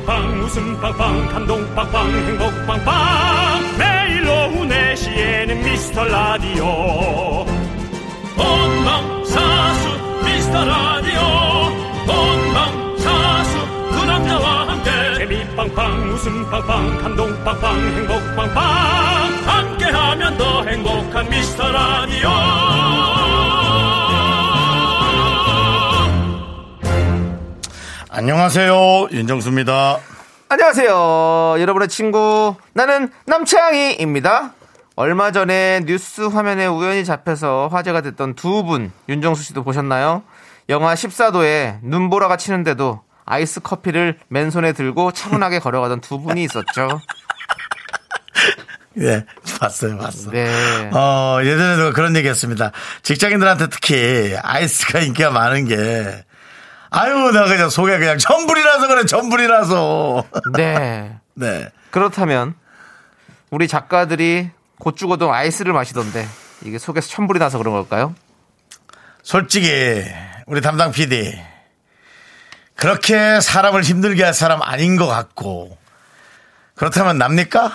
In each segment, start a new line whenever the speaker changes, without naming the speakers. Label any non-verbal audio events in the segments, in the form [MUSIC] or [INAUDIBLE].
웃음 빵빵 감동 빵빵 행복 빵빵 매일 오후 네시에는 미스터 라디오 본방사수 미스터 라디오 본방사수 그 남자와 함께 재미 빵빵 웃음 빵빵 감동 빵빵 행복 빵빵 함께하면 더 행복한 미스터 라디오
안녕하세요. 윤정수입니다.
안녕하세요. 여러분의 친구 나는 남창희입니다. 얼마 전에 뉴스 화면에 우연히 잡혀서 화제가 됐던 두 분 윤정수 씨도 보셨나요? 영하 14도에 눈보라가 치는데도 아이스 커피를 맨손에 들고 차분하게 걸어가던 두 분이 있었죠.
예, 봤어요, 봤어.
네.
어, 예전에도 그런 얘기 했습니다. 직장인들한테 특히 아이스가 인기가 많은 게, 아유, 나 그냥 속에 그냥 전불이라서 그래, 전불이라서.
네.
네.
그렇다면 우리 작가들이 곧 죽어도 아이스를 마시던데 이게 속에서 천불이 나서 그런 걸까요?
솔직히, 우리 담당 PD, 그렇게 사람을 힘들게 할 사람 아닌 것 같고, 그렇다면 납니까?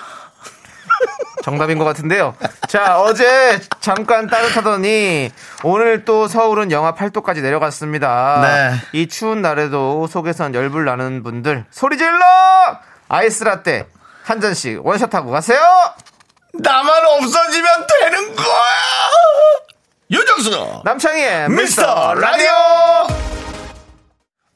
정답인 것 같은데요. 자, 어제 잠깐 따뜻하더니 오늘 또 서울은 영하 8도까지 내려갔습니다.
네.
이 추운 날에도 속에선 열불 나는 분들 소리 질러! 아이스 라떼 한 잔씩 원샷하고 가세요.
나만 없어지면 되는 거야! 윤정수!
남창희의
미스터 라디오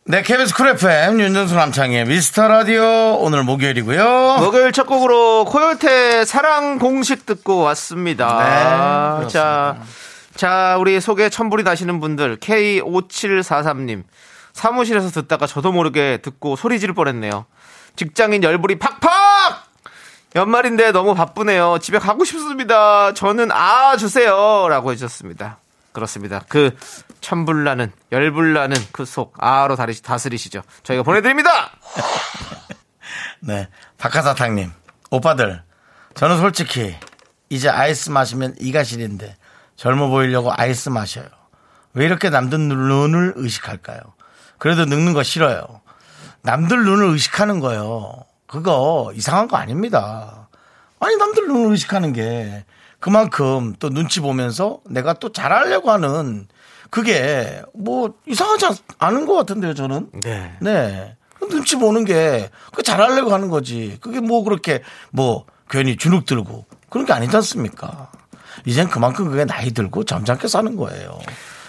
네 KBS 쿨 FM 윤정수 남창희의 미스터 라디오 오늘 목요일이고요
목요일 첫 곡으로 코요태 사랑 공식 듣고 왔습니다.
네,
자, 자, 우리 속에 천불이 나시는 분들 K5743님 사무실에서 듣다가 저도 모르게 듣고 소리 지를 뻔했네요. 직장인 열불이 팍팍! 연말인데 너무 바쁘네요. 집에 가고 싶습니다. 저는 아 주세요. 라고 해주셨습니다. 그렇습니다. 그 천불 나는 열불 나는 그 속 아로 다리- 다스리시죠. 저희가 보내드립니다.
네 박하사탕님 오빠들 저는 솔직히 이제 아이스 마시면 이가 시린데 젊어 보이려고 아이스 마셔요 왜 이렇게 남들 눈을 의식할까요 그래도 늙는 거 싫어요 남들 눈을 의식하는 거요 그거 이상한 거 아닙니다 아니 남들 눈을 의식하는 게 그만큼 또 눈치 보면서 내가 또 잘하려고 하는 그게 뭐 이상하지 않- 않은 것 같은데요 저는
네.
네. 눈치 보는 게, 그 잘하려고 하는 거지. 그게 뭐 그렇게, 뭐, 괜히 주눅 들고, 그런 게 아니지 않습니까? 이젠 그만큼 그게 나이 들고 점잖게 사는 거예요.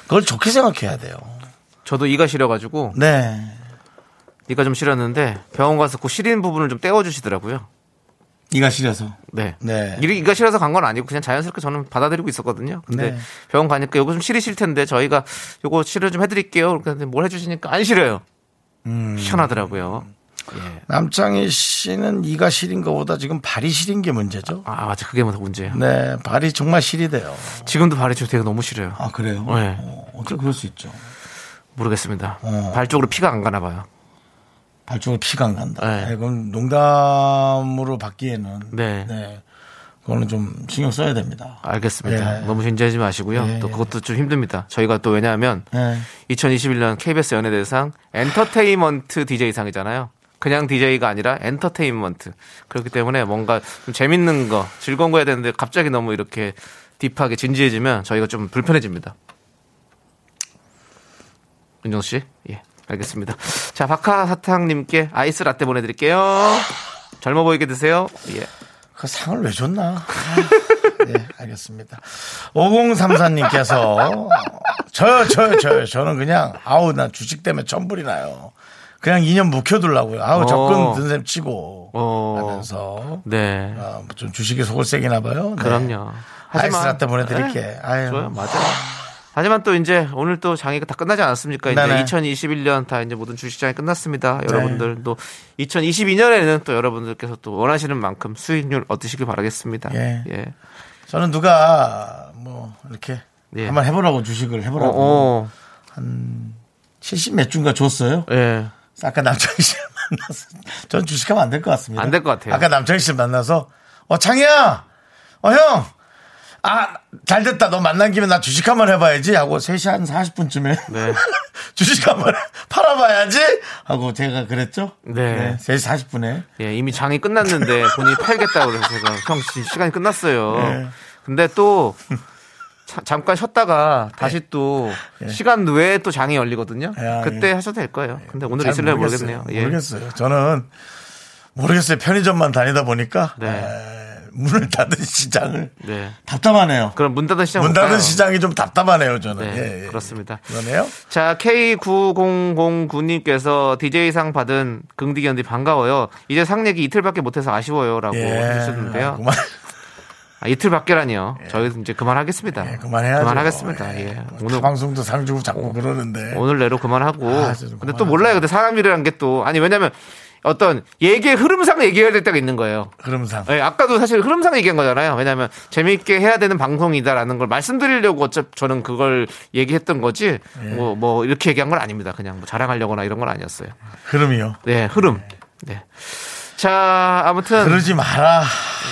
그걸 좋게 생각해야 돼요.
저도 이가 시려가지고
네.
이가 좀 시렸는데 병원 가서 그 시린 부분을 좀 떼어주시더라고요.
이가 시려서.
네.
네.
이- 이가 시려서 간 건 아니고 그냥 자연스럽게 저는 받아들이고 있었거든요. 근데
네.
병원 가니까 요거 좀 시리실 텐데 저희가 요거 치료 좀 해드릴게요. 그런데 뭘 해주시니까 안 시려요.
음.
시원하더라고요. 예.
남창희 씨는 이가 시린 것보다 지금 발이 시린 게 문제죠.
아 맞아 그게 뭐 문제예요.
네. 발이 정말 시리대요.
지금도 발이 지금 되게 너무 시려요.
아, 그래요?
네.
어, 떻게 그럴 수 있죠.
모르겠습니다.
어.
발 쪽으로 피가 안 가나 봐요.
발 쪽으로 피가 안 간다.
네.
네, 그건 농담으로 받기에는
네.
그거는 좀 신경 써야 됩니다.
알겠습니다.
네.
너무 진지하지 마시고요.
예,
또
예.
그것도 좀 힘듭니다. 저희가 또 왜냐하면
네.
2021년 KBS 연예대상 엔터테인먼트 DJ상이잖아요. 그냥 DJ가 아니라 엔터테인먼트. 그렇기 때문에 뭔가 좀 재밌는 거, 즐거운 거 해야 되는데 갑자기 너무 이렇게 딥하게 진지해지면 저희가 좀 불편해집니다. 윤정수 씨? 예. 알겠습니다. 자, 박하사탕님께 아이스 라떼 보내드릴게요. 젊어 보이게 드세요. 예.
그 상을 왜 줬나? 예, 알겠습니다. 5034님께서 저요, 저요, 저요. 저는 그냥 아우, 난 주식 때문에 천불이 나요. 그냥 2년 묵혀둘라고요. 아우,
어.
접근 든셈 치고
어.
하면서
네.
아, 좀 주식이 속을 세기나 봐요. 네.
그럼요.
아이스 라떼 보내드릴게.
네,
아유.
좋아요. 맞아요. 하지만 또 이제 오늘 또 장애가 다 끝나지 않았습니까? 이제
네네. 네.
2021년 다 이제 모든 주식장이 끝났습니다. 여러분들 또 2022년에는 또 여러분들께서 또 원하시는 만큼 수익률 얻으시길 바라겠습니다.
예.
예.
저는 누가 뭐 이렇게
예.
한번 해보라고 주식을
어,
해보라고
어.
70몇 주인가 줬어요.
예.
아까 남창희 씨를 [LAUGHS] 만나서 전 주식하면 안 될 것 같습니다.
안될것 같아요.
아까 남창희 씨를 만나서 어 창희야, 어 형, 아 잘 됐다. 너 만난 김에 나 주식 한번 해봐야지 하고 3시 한 40분쯤에
네.
[LAUGHS] 주식 한번 [LAUGHS] 팔아봐야지 하고 제가 그랬죠.
네.
3시 40분에
예, 이미 장이 끝났는데 본인이 팔겠다고 그래서 제가 형 씨, 시간이 끝났어요.
네.
근데 또 자- 잠깐 쉬었다가 다시
네.
또 시간 외에 또 장이 열리거든요.
야,
그때
예.
하셔도 될 거예요. 근데 오늘
잘
있을래
모르겠어요.
모르겠네요. 예.
모르겠어요. 저는 모르겠어요. 편의점만 다니다 보니까
네.
에, 문을 닫은 시장을
네.
답답하네요.
그럼 문 닫은 시장
문
볼까요?
닫은 시장이 좀 답답하네요. 저는.
네,
예, 예.
그렇습니다.
그러네요.
자, K9009님께서 DJ상 받은 긍디견디 반가워요. 이제 상 얘기 이틀밖에 못해서 아쉬워요. 라고
예.
해주셨는데요.
그만.
아, 이틀밖에라니요. 저희 이제 그만하겠습니다.
예, 그만해야죠.
그만하겠습니다. 예.
오늘
오늘,
방송도 상 주고 자꾸 그러는데.
오늘 내로 그만하고.
아, 진짜 좀
근데 또
그만하자.
몰라요. 근데 사람이라는 게 또. 아니, 왜냐면 어떤 얘기의 흐름상 얘기해야 될 때가 있는 거예요.
흐름상.
예, 아까도 사실 흐름상 얘기한 거잖아요. 왜냐하면 재미있게 해야 되는 방송이다라는 걸 말씀드리려고 어차피 저는 그걸 얘기했던 거지
예.
뭐, 뭐 이렇게 얘기한 건 아닙니다. 그냥 뭐 자랑하려거나 이런 건 아니었어요.
흐름이요.
네, 흐름. 네. 자, 아무튼
그러지 마라.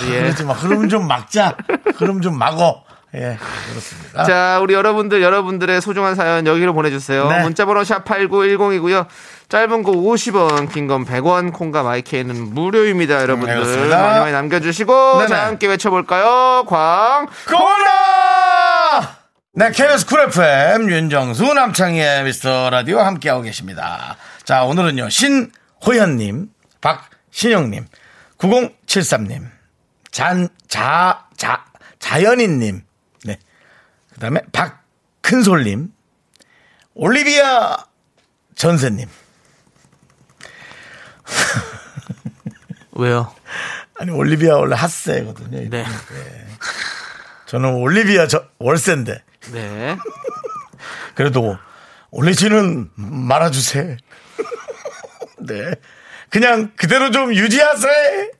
예.
그러지 마. 흐름 좀 막자. 흐름 좀 막어. 예, 그렇습니다.
자, 우리 여러분들 여러분들의 소중한 사연 여기로 보내주세요.
네.
문자번호 샵 #8910이고요. 짧은 거 50원, 긴 건 100원, 콩과 마이케이는 무료입니다. 여러분들
알겠습니다.
많이 많이 남겨주시고
네, 네네.
자 함께 외쳐볼까요? 광
코너! 네, KBS 쿨 FM 윤정수 남창희의 미스터 라디오 함께하고 계십니다. 자, 오늘은요, 신호연님, 박신영님, 9073님, 잔, 자, 자, 자연인님, 네. 그 다음에 박큰솔님, 올리비아 전세님.
왜요?
아니, 올리비아 원래 핫세거든요.
네,
저는 올리비아 저- 월세인데.
네.
그래도 올리지는 말아주세요. [LAUGHS] 네. 그냥 그대로 좀 유지하세요.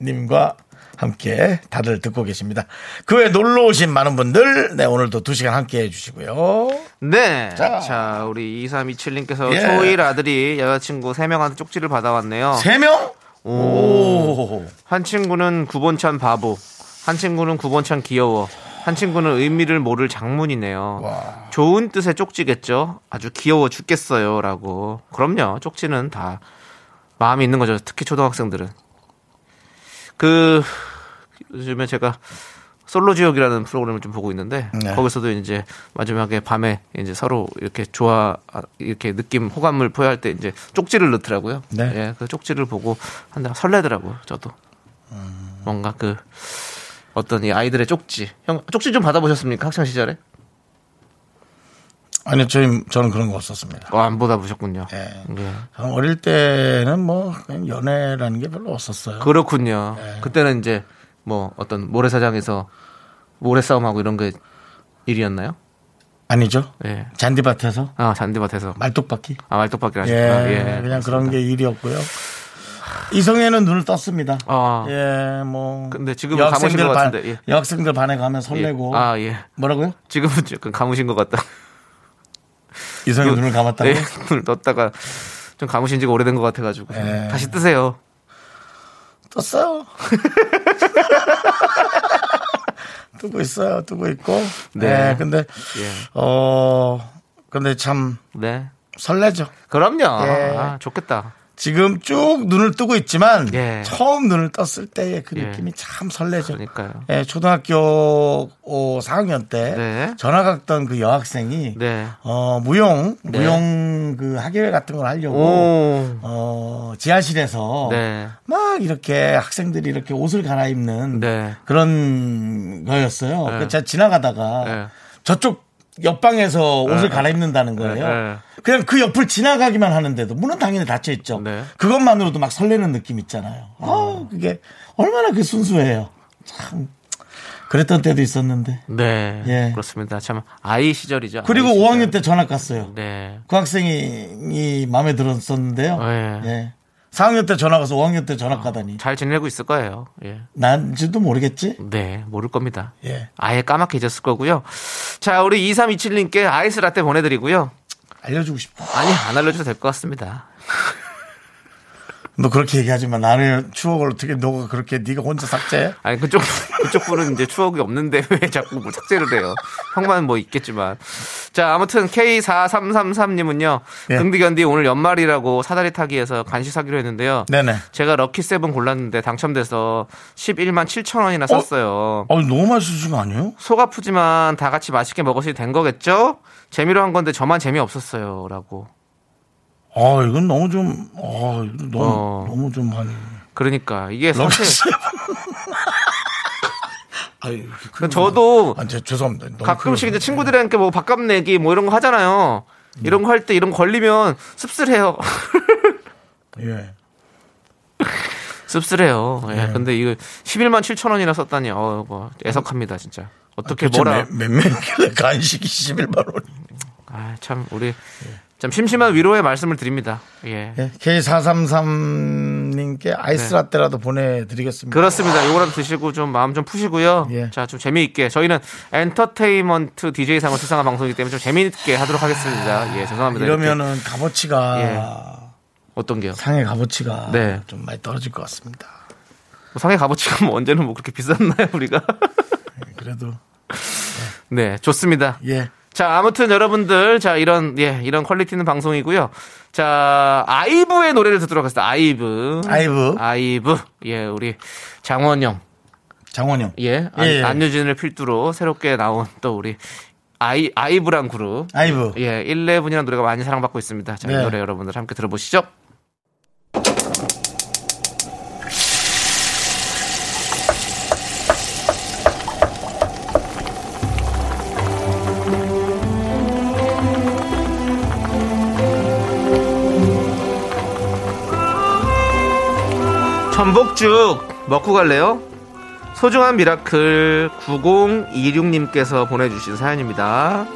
님과 함께 다들 듣고 계십니다. 그 외 놀러 오신 많은 분들, 네, 오늘도 두 시간 함께 해주시고요.
네.
자.
자, 우리 2327님께서
예.
초일 아들이 여자친구 3명한테 쪽지를 받아왔네요.
세 명? 오.
한 친구는 구본찬 바보, 한 친구는 구본찬 귀여워, 한 친구는 의미를 모를 장문이네요.
와.
좋은 뜻의 쪽지겠죠? 아주 귀여워 죽겠어요. 라고. 그럼요. 쪽지는 다 마음이 있는 거죠. 특히 초등학생들은. 그, 요즘에 제가 솔로지옥이라는 프로그램을 좀 보고 있는데
네.
거기서도 이제 마지막에 밤에 이제 서로 이렇게 좋아 이렇게 느낌 호감을 표현할 때 이제 쪽지를 넣더라고요.
네.
예, 그 쪽지를 보고 한다 설레더라고요. 저도
음.
뭔가 그 어떤 이 아이들의 쪽지 형 쪽지 좀 받아보셨습니까 학창 시절에?
아니요, 저희, 저는 그런 거 없었습니다.
어, 안 받아보셨군요.
예.
예.
저는 어릴 때는 뭐, 그냥 연애라는 게 별로 없었어요.
그렇군요.
예.
그때는 이제 뭐 어떤 모래사장에서 모래싸움하고 이런 게 일이었나요?
아니죠?
예.
잔디밭에서
아 잔디밭에서
말뚝박기?
아 말뚝박이라
예,
하셨구나. 예.
그냥 그런 게 일이었고요. 이성에는 눈을 떴습니다.
아.
예, 뭐.
근데 지금은 감으신 것 같은데, 예.
여학생들 반에 가면
예.
설레고.
아 예.
뭐라고요?
지금은 조금 감으신 것 같다.
이성의 눈을 감았다고.
예, 눈을 떴다가 좀 감으신 지가 오래된 것 같아가지고
예.
다시 뜨세요.
떴어요. [LAUGHS] 뜨고 있어요. 뜨고 있고.
네.
네. 근데,
예.
어, 근데 참
네.
설레죠.
그럼요.
예.
아, 좋겠다.
지금 쭉 눈을 뜨고 있지만
예.
처음 눈을 떴을 때의 그
예.
느낌이 참 설레죠.
그러니까요.
예, 초등학교 어, 4학년 때
네.
전학 갔던 그 여학생이
네.
어, 무용
네.
무용 그 학예회 같은 걸 하려고
오.
어, 지하실에서
네.
막 이렇게 학생들이 이렇게 옷을 갈아입는
네.
그런 거였어요.
네.
그래서 제가 지나가다가
네.
저쪽 옆방에서 옷을 갈아입는다는 거예요.
네.
그냥 그 옆을 지나가기만 하는데도 문은 당연히 닫혀 있죠.
네. 어.
그것만으로도 막 설레는 느낌 있잖아요. 아, 그게 얼마나 그 순수해요. 참 그랬던 때도 있었는데.
네.
예.
그렇습니다. 참 아이 시절이죠.
그리고
아이 시절.
5학년 때 전학 갔어요.
네.
그 학생이 마음에 들었었는데요.
예.
예. 4학년 때 전학 가서 5학년 때 전학 가다니.
잘 지내고 있을 거예요. 예.
난지도 모르겠지?
네, 모를 겁니다.
예.
아예 까맣게 잊었을 거고요. 자, 우리 2327님께 아이스 라떼 보내드리고요.
알려주고 싶어.
아니, 안 알려줘도 될 것 같습니다.
너 그렇게 얘기하지만 나는 추억을 어떻게 너가 그렇게 네가 혼자 삭제해?
아니 그쪽 그쪽 분은 이제 추억이 없는데 [LAUGHS] 왜 자꾸 뭐 삭제를 해요? 형만 뭐 있겠지만 자 아무튼 K4333님은요
예.
긍디견디 오늘 연말이라고 사다리 타기에서 간식 사기로 했는데요.
네네. 아,
제가 럭키 세븐 골랐는데 당첨돼서 11만 7천 원이나 샀어요.
아니 너무 맛있으신 거 아니에요?
속 아프지만 다 같이 맛있게 먹었으니 된 거겠죠? 재미로 한 건데 저만 재미 없었어요라고.
아 이건 너무 좀, 아 이거 너무
어.
너무 좀 많이.
그러니까
[LAUGHS]
이게 [LAUGHS] 사실
럭키 아니 그
저도
아, 제- 죄송합니다. 너무
가끔씩
큰일
이제 친구들한테 뭐 밥값 내기 뭐 이런 거 하잖아요.
음.
이런 거 할 때 이런 거 걸리면
[LAUGHS]
씁쓸해요.
났네. 예.
씁쓸해요. 예.
네.
근데 이거 11만 7천 원이나 썼다니 어, 뭐 애석합니다 진짜. 어떻게
도대체
뭐라
몇, 몇 명길래 간식이 11만 원.
아, 참 우리
네.
참 심심한 위로의 말씀을 드립니다. 예.
예, K433님께
네.
아이스 라떼라도 보내드리겠습니다.
그렇습니다. 요거라도 드시고 좀 마음 좀 푸시고요.
예.
자, 좀 재미있게 저희는 엔터테인먼트 DJ상을 수상한 방송이기 때문에 좀 재미있게 하도록 하겠습니다. 예, 죄송합니다. 이렇게.
이러면은 값어치가
어떤 게요?
상의 값어치가
네.
좀 많이 떨어질 것 같습니다.
뭐 상해 값어치가 뭐 언제는 뭐 그렇게 비쌌나요, 우리가? [LAUGHS]
그래도
네, 좋습니다.
예
자, 아무튼 여러분들, 자, 이런, 예, 이런 퀄리티 있는 방송이고요. 자, 아이브의 노래를 듣도록 하겠습니다. 아이브.
아이브.
아이브. 예, 우리 장원영.
장원영
예, 안,
예, 예.
안유진을 필두로 새롭게 나온 또 우리 아이, 아이브란 그룹.
아이브
예, 11이라는 노래가 많이 사랑받고 있습니다. 자, 이
네.
노래 여러분들 함께 들어보시죠. 전복죽 먹고 갈래요? 소중한 미라클 9026님께서 보내주신 사연입니다.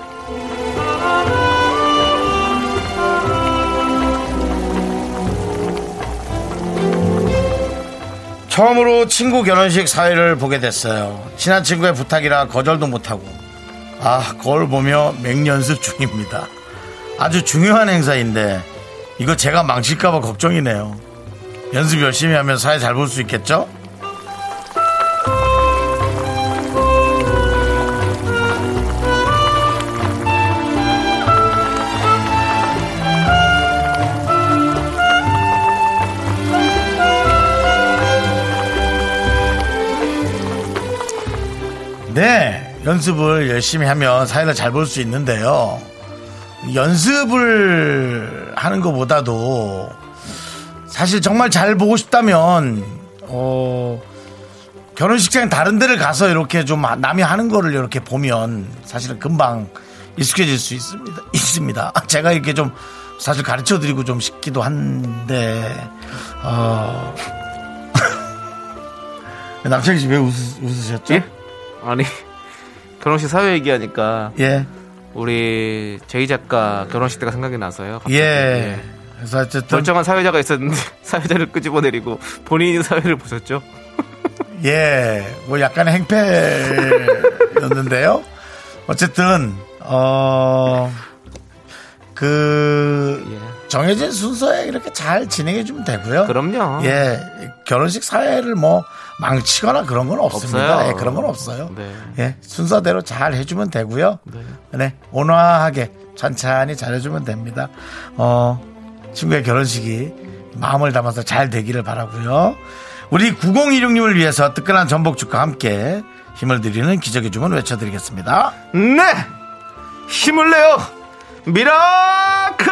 처음으로 친구 결혼식 사회를 보게 됐어요. 친한 친구의 부탁이라 거절도 못하고 아 거울 보며 맹연습 중입니다. 아주 중요한 행사인데 이거 제가 망칠까봐 걱정이네요. 연습 열심히 하면 사회 잘 볼 수 있겠죠? 네, 연습을 열심히 하면 사회를 잘 볼 수 있는데요. 연습을 하는 것보다도 사실 정말 잘 보고 싶다면 어, 결혼식장 다른 데를 가서 이렇게 좀 남이 하는 거를 이렇게 보면 사실은 금방 익숙해질 수 있습니다. [LAUGHS] 있습니다. 제가 이렇게 좀 사실 가르쳐 드리고 좀 싶기도 한데 어, [LAUGHS] 남창희 씨 왜 웃으셨죠?
예? 아니 [LAUGHS] 결혼식 사회 얘기하니까
예.
우리 제이 작가 결혼식 때가 생각이 나서요. 갑자기.
예. 그래서 어쨌든
멀쩡한 사회자가 있었는데 [LAUGHS] 사회자를 끄집어내리고 본인이 사회를 보셨죠?
예. 뭐 약간의 행패였는데요. [LAUGHS] 어쨌든 어그
예.
정해진 순서에 이렇게 잘 진행해 주면 되고요.
그럼요.
예. 결혼식 사회를 뭐 망치거나 그런 건 없습니다.
없어요.
예, 그런 건 없어요.
네.
예. 순서대로 잘 해주면 되고요.
네.
네, 온화하게 천천히 잘해주면 됩니다. 어, 친구의 결혼식이 마음을 담아서 잘 되기를 바라고요. 우리 9016님을 위해서 뜨끈한 전복죽과 함께 힘을 드리는 기적의 주문 외쳐드리겠습니다.
네! 힘을 내요! 미라클!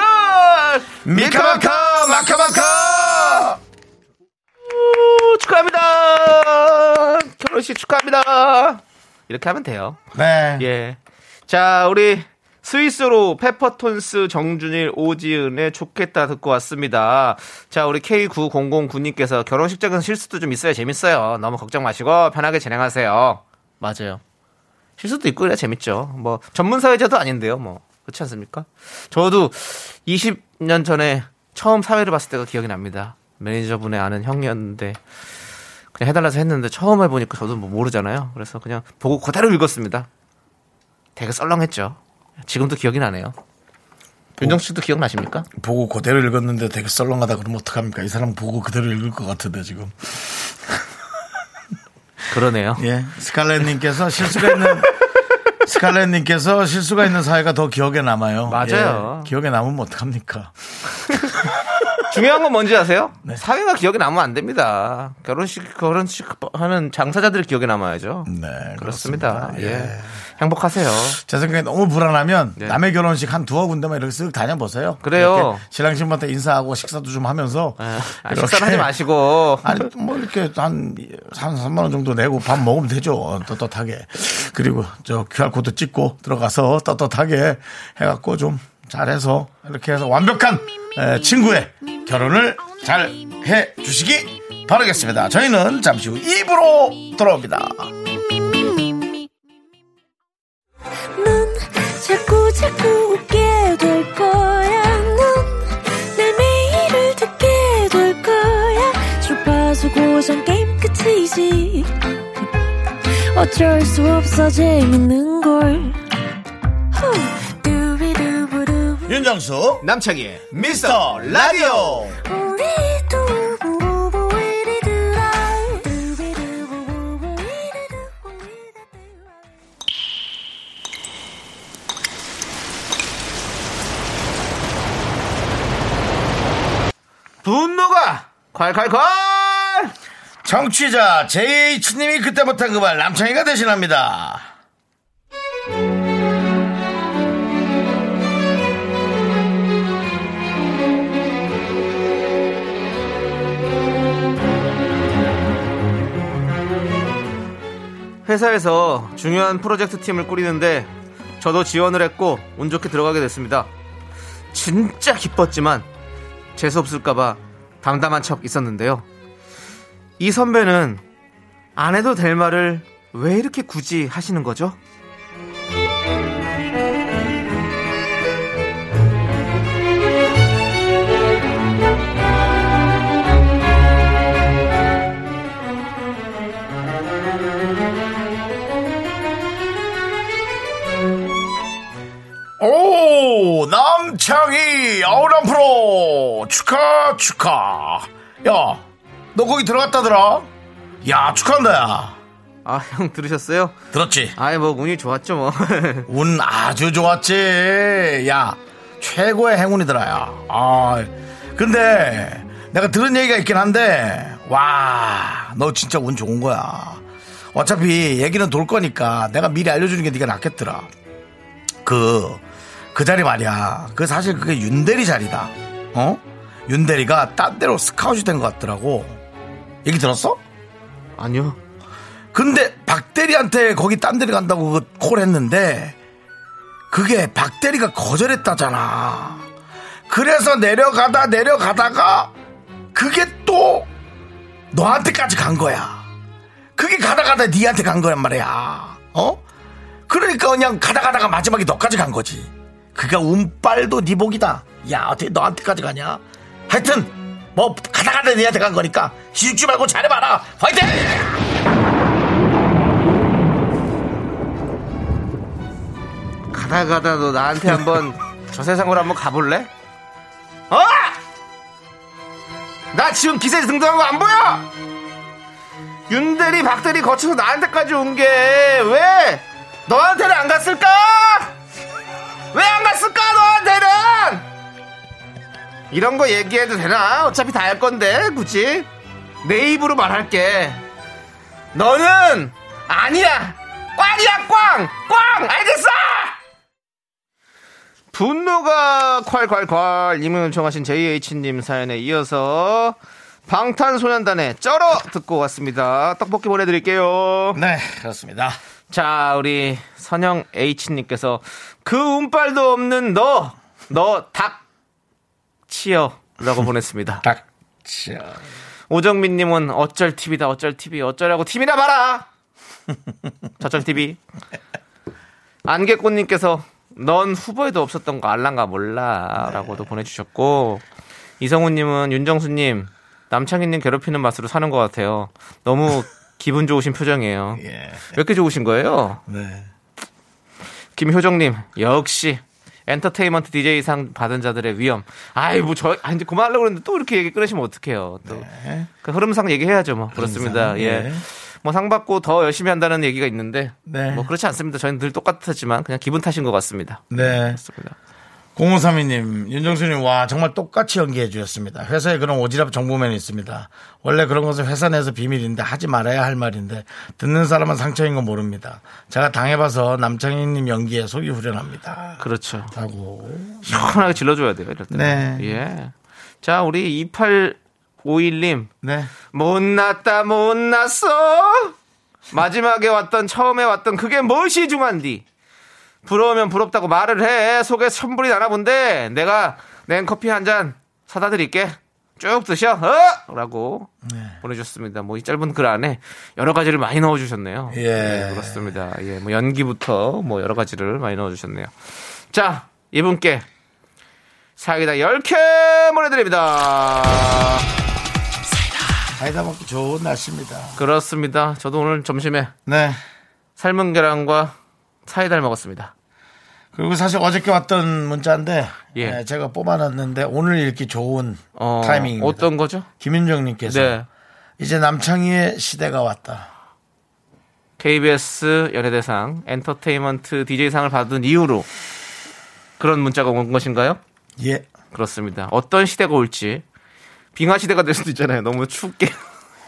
미카마카 마카마카
오, 축하합니다! 결혼식 축하합니다! 이렇게 하면 돼요.
네.
예. 자, 우리 스위스로 페퍼톤스 정준일 오지은의 좋겠다 듣고 왔습니다. 자, 우리 K9009님께서 결혼식장에서 실수도 좀 있어야 재밌어요. 너무 걱정 마시고 편하게 진행하세요. 맞아요. 실수도 있고 그래야 재밌죠. 뭐 전문 사회자도 아닌데요. 뭐 그렇지 않습니까? 저도 20년 전에 처음 사회를 봤을 때가 기억이 납니다. 매니저분의 아는 형이었는데 그냥 해달라서 했는데 처음 해보니까 저도 뭐 모르잖아요. 그래서 그냥 보고 그대로 읽었습니다. 되게 썰렁했죠. 지금도 기억이 나네요. 윤정 씨도 기억나십니까?
보고 그대로 읽었는데 되게 썰렁하다 그러면 어떡합니까? 이 사람 보고 그대로 읽을 것 같은데 지금.
그러네요.
예. 스칼렛님께서 실수가 있는 [LAUGHS] 스칼렛님께서 실수가 있는 사회가 더 기억에 남아요.
맞아요.
예, 기억에 남으면 어떡합니까?
[LAUGHS] 중요한 건 뭔지 아세요?
네.
사회가 기억에 남으면 안 됩니다. 결혼식 결혼식 하는 장사자들이 기억에 남아야죠.
네.
음, 그렇습니다.
그렇습니다.
예. [LAUGHS] 행복하세요.
제 생각에 너무 불안하면
네.
남의 결혼식 한 두어 군데만 이렇게 쓱 다녀보세요.
그래요.
이렇게 신랑 신부한테 인사하고 식사도 좀 하면서.
아,
이렇게.
식사를 하지 마시고
아니, 뭐 이렇게 한, 한 3만 원 정도 내고 밥 먹으면 되죠. 떳떳하게. 그리고 저 QR코드 찍고 들어가서 떳떳하게 해갖고 좀 잘해서 이렇게 해서 완벽한 에, 친구의 결혼을 잘 해 주시기 바라겠습니다. 저희는 잠시 후 입으로 돌아옵니다.
넌 자꾸 자꾸 웃게 될 거야. 넌내 매일을 듣게 될 거야. 주파수 고정 게임 끝이지. 어쩔 수 없어 재밌는 걸. 후. 두비두부두.
윤정수,
남창희의
미스터 라디오.
우리 두부부부 우리 두라. 두비두부부부 우리 두부 우리 두라.
분노가 콸콸콸
정취자 JH님이 그때 못한 그 말 남창희가 대신합니다.
회사에서 중요한 프로젝트 팀을 꾸리는데 저도 지원을 했고 운 좋게 들어가게 됐습니다. 진짜 기뻤지만 재수 없을까봐 담담한 척 있었는데요. 이 선배는 안 해도 될 말을 왜 이렇게 굳이 하시는 거죠?
오 남창희 아우람 프로 축하 축하 야 너 거기 들어갔다더라 야 축하한다
아, 형 들으셨어요?
야 들었지
아이, 뭐, 운이 좋았죠, 뭐. [LAUGHS]
운 아주 좋았지 야 최고의 행운이더라 야아 근데 내가 들은 얘기가 있긴 한데 와 너 진짜 운 좋은 거야 어차피 얘기는 돌 거니까 내가 미리 알려주는 게 네가 낫겠더라 그, 그 자리 말이야. 그 사실 그게 윤대리 자리다. 어? 윤대리가 딴 데로 스카웃이 된 것 같더라고. 얘기 들었어?
아니요.
근데 박대리한테 거기 딴 데로 간다고 그콜 했는데 그게 박대리가 거절했다잖아. 그래서 내려가다 내려가다가 그게 또 너한테까지 간 거야. 그게 가다 가다 니한테 간 거란 말이야. 어? 그러니까 그냥 가다 가다가 마지막에 너까지 간 거지. 그가 운빨도 니 복이다. 야 어떻게 너한테까지 가냐? 하여튼 뭐 가다 가다 니한테 간 거니까 기죽지 말고 잘해봐라. 화이팅!
가다 가다 너 나한테 한번 저 세상으로 한번 가볼래? 어! 나 지금 기세 등등한 거 안 보여? 윤대리 박대리 거쳐서 나한테까지 온 게 왜? 너한테는 안 갔을까? 왜 안 갔을까 너한테는? 이런 거 얘기해도 되나? 어차피 다 할 건데 굳이 내 입으로 말할게. 너는 아니야 꽝이야 꽝꽝 알겠어? 분노가 콸콸콸 님은 요청하신 JH님 사연에 이어서 방탄소년단의 쩔어 듣고 왔습니다. 떡볶이 보내드릴게요.
네, 그렇습니다.
자 우리 선영 H님께서 그 운빨도 없는 너 너 닭 치어 라고 보냈습니다.
딱. 자,
오정민님은 어쩔 TV다 어쩔 TV 어쩌라고 TV나 봐라 [LAUGHS] 저쩔 TV 안개꽃님께서 넌 후보에도 없었던 거 알란가 몰라라고도 보내주셨고 이성훈님은 윤정수님 남창희님 괴롭히는 맛으로 사는 것 같아요 너무 기분 좋으신 표정이에요 왜
예.
이렇게 좋으신 거예요
네.
김효정님 역시 엔터테인먼트 DJ상 받은 자들의 위험. 아이, 뭐, 저, 아, 이제 그만하려고 그랬는데 또 이렇게 얘기 끊으시면 어떡해요. 또. 그 흐름상 얘기해야죠, 뭐. 그렇습니다.
흐름상,
예.
예.
뭐 상 받고 더 열심히 한다는 얘기가 있는데.
네.
뭐 그렇지 않습니다. 저희는 늘 똑같았지만 그냥 기분 탓인 것 같습니다.
네.
그렇습니다.
0532님, 윤정수님, 와, 정말 똑같이 연기해 주셨습니다. 회사에 그런 오지랖 정보맨이 있습니다. 원래 그런 것은 회사 내에서 비밀인데 하지 말아야 할 말인데 듣는 사람은 상처인 거 모릅니다. 제가 당해봐서 남창희님 연기에 속이 후련합니다.
그렇죠.
라고.
시원하게 질러줘야 돼요, 이럴 때.
네.
예. 자, 우리 2851님.
네.
못났다 못났어 마지막에 왔던 처음에 왔던 그게 무엇이 중한디 부러우면 부럽다고 말을 해 속에 선불이 나나 본데 내가 낸 커피 한 잔 사다 드릴게 쭉 드셔 어? 라고 보내주셨습니다 뭐 이 짧은 글 안에 여러 가지를 많이 넣어주셨네요
예.
네, 그렇습니다 예, 뭐 연기부터 뭐 여러 가지를 많이 넣어주셨네요 자 이분께 사이다 10캔 보내드립니다
사이다 먹기 좋은 날씨입니다.
그렇습니다. 저도 오늘 점심에
네.
삶은 계란과 사이다를 먹었습니다.
그리고 사실 어저께 왔던 문자인데
예.
네, 제가 뽑아놨는데 오늘 읽기 좋은
어,
타이밍입니다.
어떤 거죠?
김윤정님께서
네.
이제 남창희의 시대가 왔다.
KBS 연예대상 엔터테인먼트 DJ상을 받은 이후로 그런 문자가 온 것인가요?
예.
그렇습니다. 어떤 시대가 올지 빙하 시대가 될 수도 있잖아요. 너무 춥게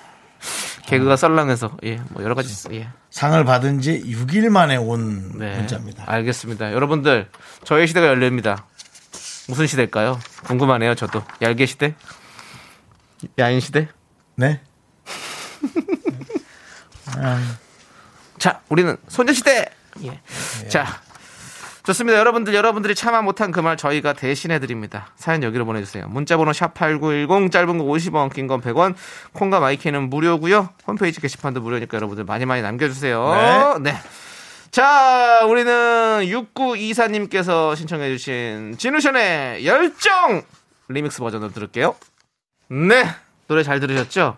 [LAUGHS] 개그가 썰렁해서 예, 뭐 여러 가지 있- 예.
상을 받은 지 6일 만에 온
네.
문자입니다.
알겠습니다. 여러분들 저의 시대가 열립니다. 무슨 시대일까요? 궁금하네요. 저도 얄개 시대, 야인 시대.
네.
자, 우리는 소녀시대. 예. 자, 좋습니다. 여러분들 여러분들이 참아 못한 그 말 저희가 대신해 드립니다. 사연 여기로 보내주세요. 문자번호 샵 #8910 짧은 거 50원, 긴 건 100원. 콩과 마이크는 무료고요. 홈페이지 게시판도 무료니까 여러분들 많이 많이 남겨주세요. 네. 자, 우리는 6924님께서 신청해주신 진우션의 열정 리믹스 버전으로 들을게요. 네, 노래 잘 들으셨죠?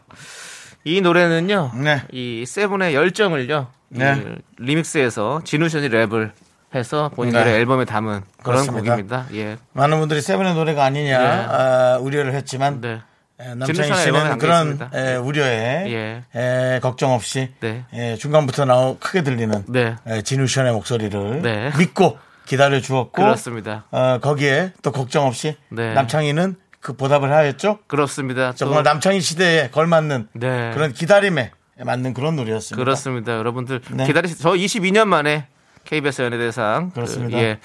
이 노래는요,
네.
이 세븐의 열정을요,
네.
이 리믹스에서 진우션이 랩을 해서 본인들의
네.
앨범에 담은 그런
그렇습니다.
곡입니다. 예.
많은 분들이 세븐의 노래가 아니냐
네.
아, 우려를 했지만
네.
에,
진우
남창희
씨는
씨는
앨범에
그런
남겨있습니다. 예.
에, 우려에 에, 걱정 없이
네.
에, 중간부터 나오 크게 들리는
네.
에, 진우션의 목소리를
네.
믿고 기다려 주었고
그렇습니다.
어, 거기에 또 걱정 없이
네.
남창희는 그 보답을 하였죠.
그렇습니다. 또-
정말 남창희 시대에 걸맞는
네.
그런 기다림에 맞는 그런 노래였습니다.
그렇습니다. 여러분들
네.
기다리시 저 22년 만에 KBS 연예대상
그렇습니다.
그, 예.